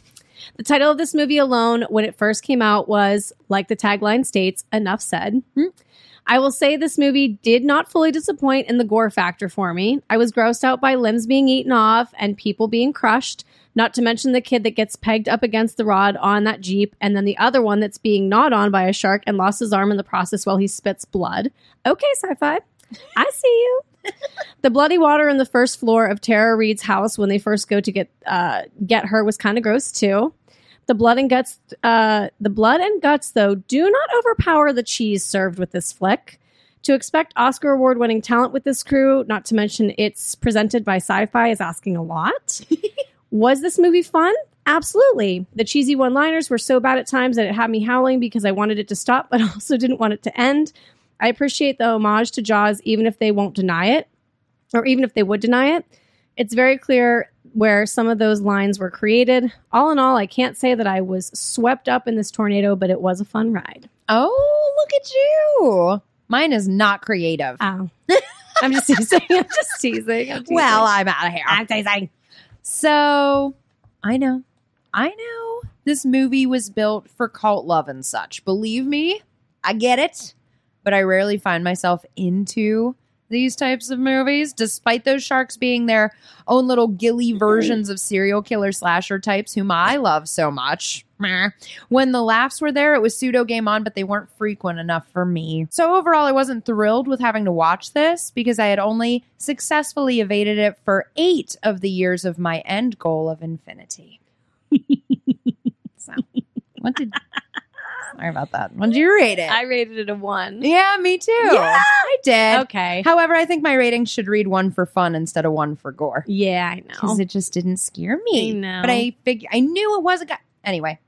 The title of this movie alone, when it first came out, was like the tagline states, enough said. Hmm? I will say this movie did not fully disappoint in the gore factor for me. I was grossed out by limbs being eaten off and people being crushed, not to mention the kid that gets pegged up against the rod on that Jeep, and then the other one that's being gnawed on by a shark and lost his arm in the process while he spits blood. Okay, sci fi. I see you. the bloody water in the first floor of Tara Reed's house when they first go to get uh, get her was kind of gross too. The blood and guts, uh, the blood and guts, though, do not overpower the cheese served with this flick. To expect Oscar award winning talent with this crew, not to mention it's presented by sci fi, is asking a lot. was this movie fun? Absolutely. The cheesy one liners were so bad at times that it had me howling because I wanted it to stop, but also didn't want it to end. I appreciate the homage to Jaws, even if they won't deny it, or even if they would deny it. It's very clear where some of those lines were created. All in all, I can't say that I was swept up in this tornado, but it was a fun ride. Oh, look at you. Mine is not creative. Ow. I'm just teasing. I'm just teasing. I'm teasing. well, I'm out of here. I'm teasing. So I know. I know this movie was built for cult love and such. Believe me, I get it. But I rarely find myself into these types of movies, despite those sharks being their own little gilly Mm-hmm. versions of serial killer slasher types, whom I love so much. Meh. When the laughs were there, it was pseudo game on, but they weren't frequent enough for me. So overall, I wasn't thrilled with having to watch this because I had only successfully evaded it for eight of the years of my end goal of infinity. so, what did? Sorry about that. What did you rate it? I rated it a one. yeah, me too. Yeah. I did. Okay. However, I think my rating should read one for fun instead of one for gore Yeah, I because know. it just didn't scare Oh. I me. know. But I fig- I knew it was a guy. Anyway,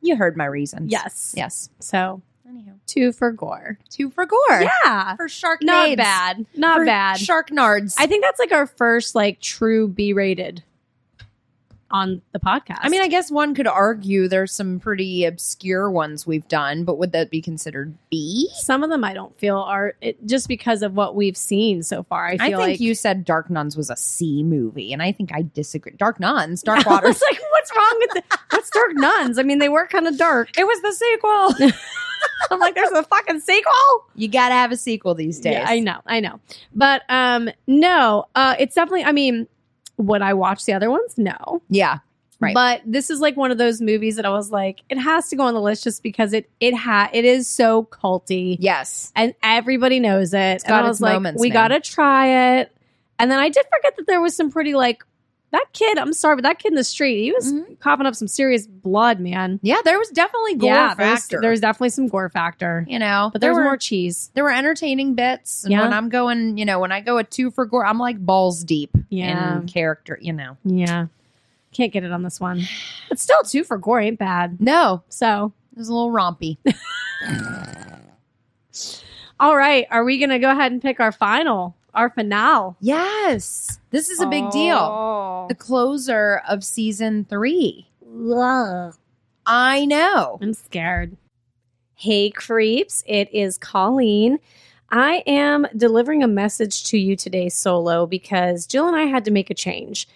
you heard my reasons. yes. Yes. So Anyhow, two for gore. two for gore. Yeah. For shark Not bad. Not bad. Shark nards. I think that's like our first like true B rated on the podcast. I mean, I guess one could argue there's some pretty obscure ones we've done, but would that be considered B? some of them I don't feel are it, just because of what we've seen so far. I feel I think like you said Dark Nuns was a C movie, and I think I disagree. Dark Nuns, Dark I was Waters. like, what's wrong with the, what's dark nuns? I mean, they were kind of dark. it was the sequel. I'm like, there's a fucking sequel. you gotta have a sequel these days. Yeah, I know, I know. But um no, uh it's definitely I mean, would I watch the other ones? No. Yeah. Right. But this is like one of those movies that I was like, it has to go on the list just because it it ha it is so culty. Yes. And everybody knows it. and got I was its like, moments, we man. gotta try it. And then I did forget that there was some pretty like that kid, I'm sorry, but that kid in the street, he was Mhm. coughing up some serious blood, man. Yeah, there was definitely gore yeah, there's, factor. there's definitely some gore factor. you know, But there, was were more cheese. there were entertaining bits. And Yeah. when I'm going, you know, when I go a two for gore, I'm like balls deep Yeah. in character. You know. Yeah. Can't get it on this one. But still two for gore ain't bad. No, So it was a little rompy. all right, are we gonna go ahead and pick our final, our finale? yes, this is a big deal. The closer of season three. I know. I'm scared. Hey, creeps. It is Colleen. I am delivering a message to you today solo because Jill and I had to make a change.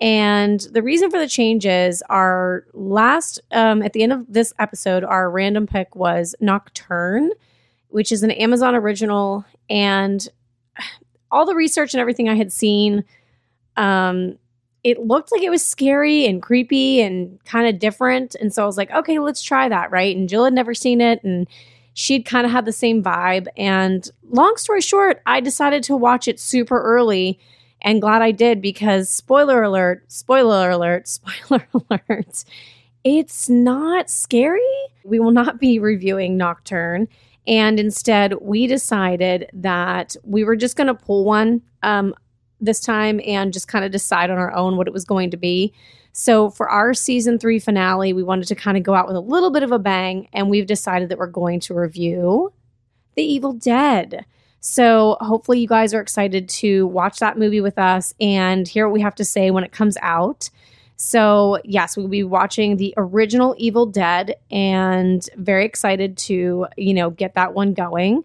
And the reason for the change is our last, um, at the end of this episode, our random pick was Nocturne, which is an Amazon original. And all the research and everything I had seen, um, it looked like it was scary and creepy and kind of different. And so I was like, okay, let's try that, right? And Jill had never seen it and she'd kind of had the same vibe. And long story short, I decided to watch it super early and glad I did because spoiler alert, spoiler alert, spoiler alert. It's not scary. We will not be reviewing Nocturne. And instead, we decided that we were just going to pull one um, this time and just kind of decide on our own what it was going to be. So, for our season three finale, we wanted to kind of go out with a little bit of a bang, and we've decided that we're going to review The Evil Dead. So hopefully you guys are excited to watch that movie with us and hear what we have to say when it comes out. So, yes, we'll be watching the original Evil Dead and very excited to, you know, get that one going.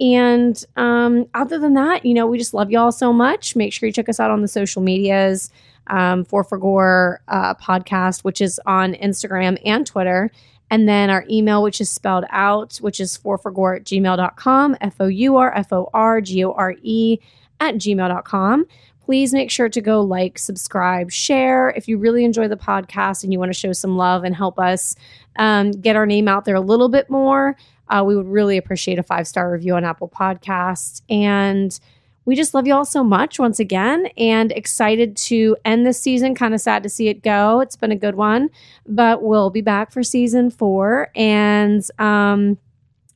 And um, other than that, you know, we just love y'all so much. Make sure you check us out on the social medias um, for For Gore uh, podcast, which is on Instagram and Twitter. And then our email, which is spelled out, which is forforgore at gmail.com, F O U R F O R G O R E at gmail.com. Please make sure to go like, subscribe, share. If you really enjoy the podcast and you want to show some love and help us um, get our name out there a little bit more, uh, we would really appreciate a five star review on Apple Podcasts. And we just love you all so much once again and excited to end this season. Kind of sad to see it go. It's been a good one but we'll be back for season four. And um,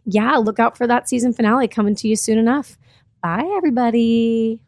yeah, look out for that season finale coming to you soon enough. Bye, everybody.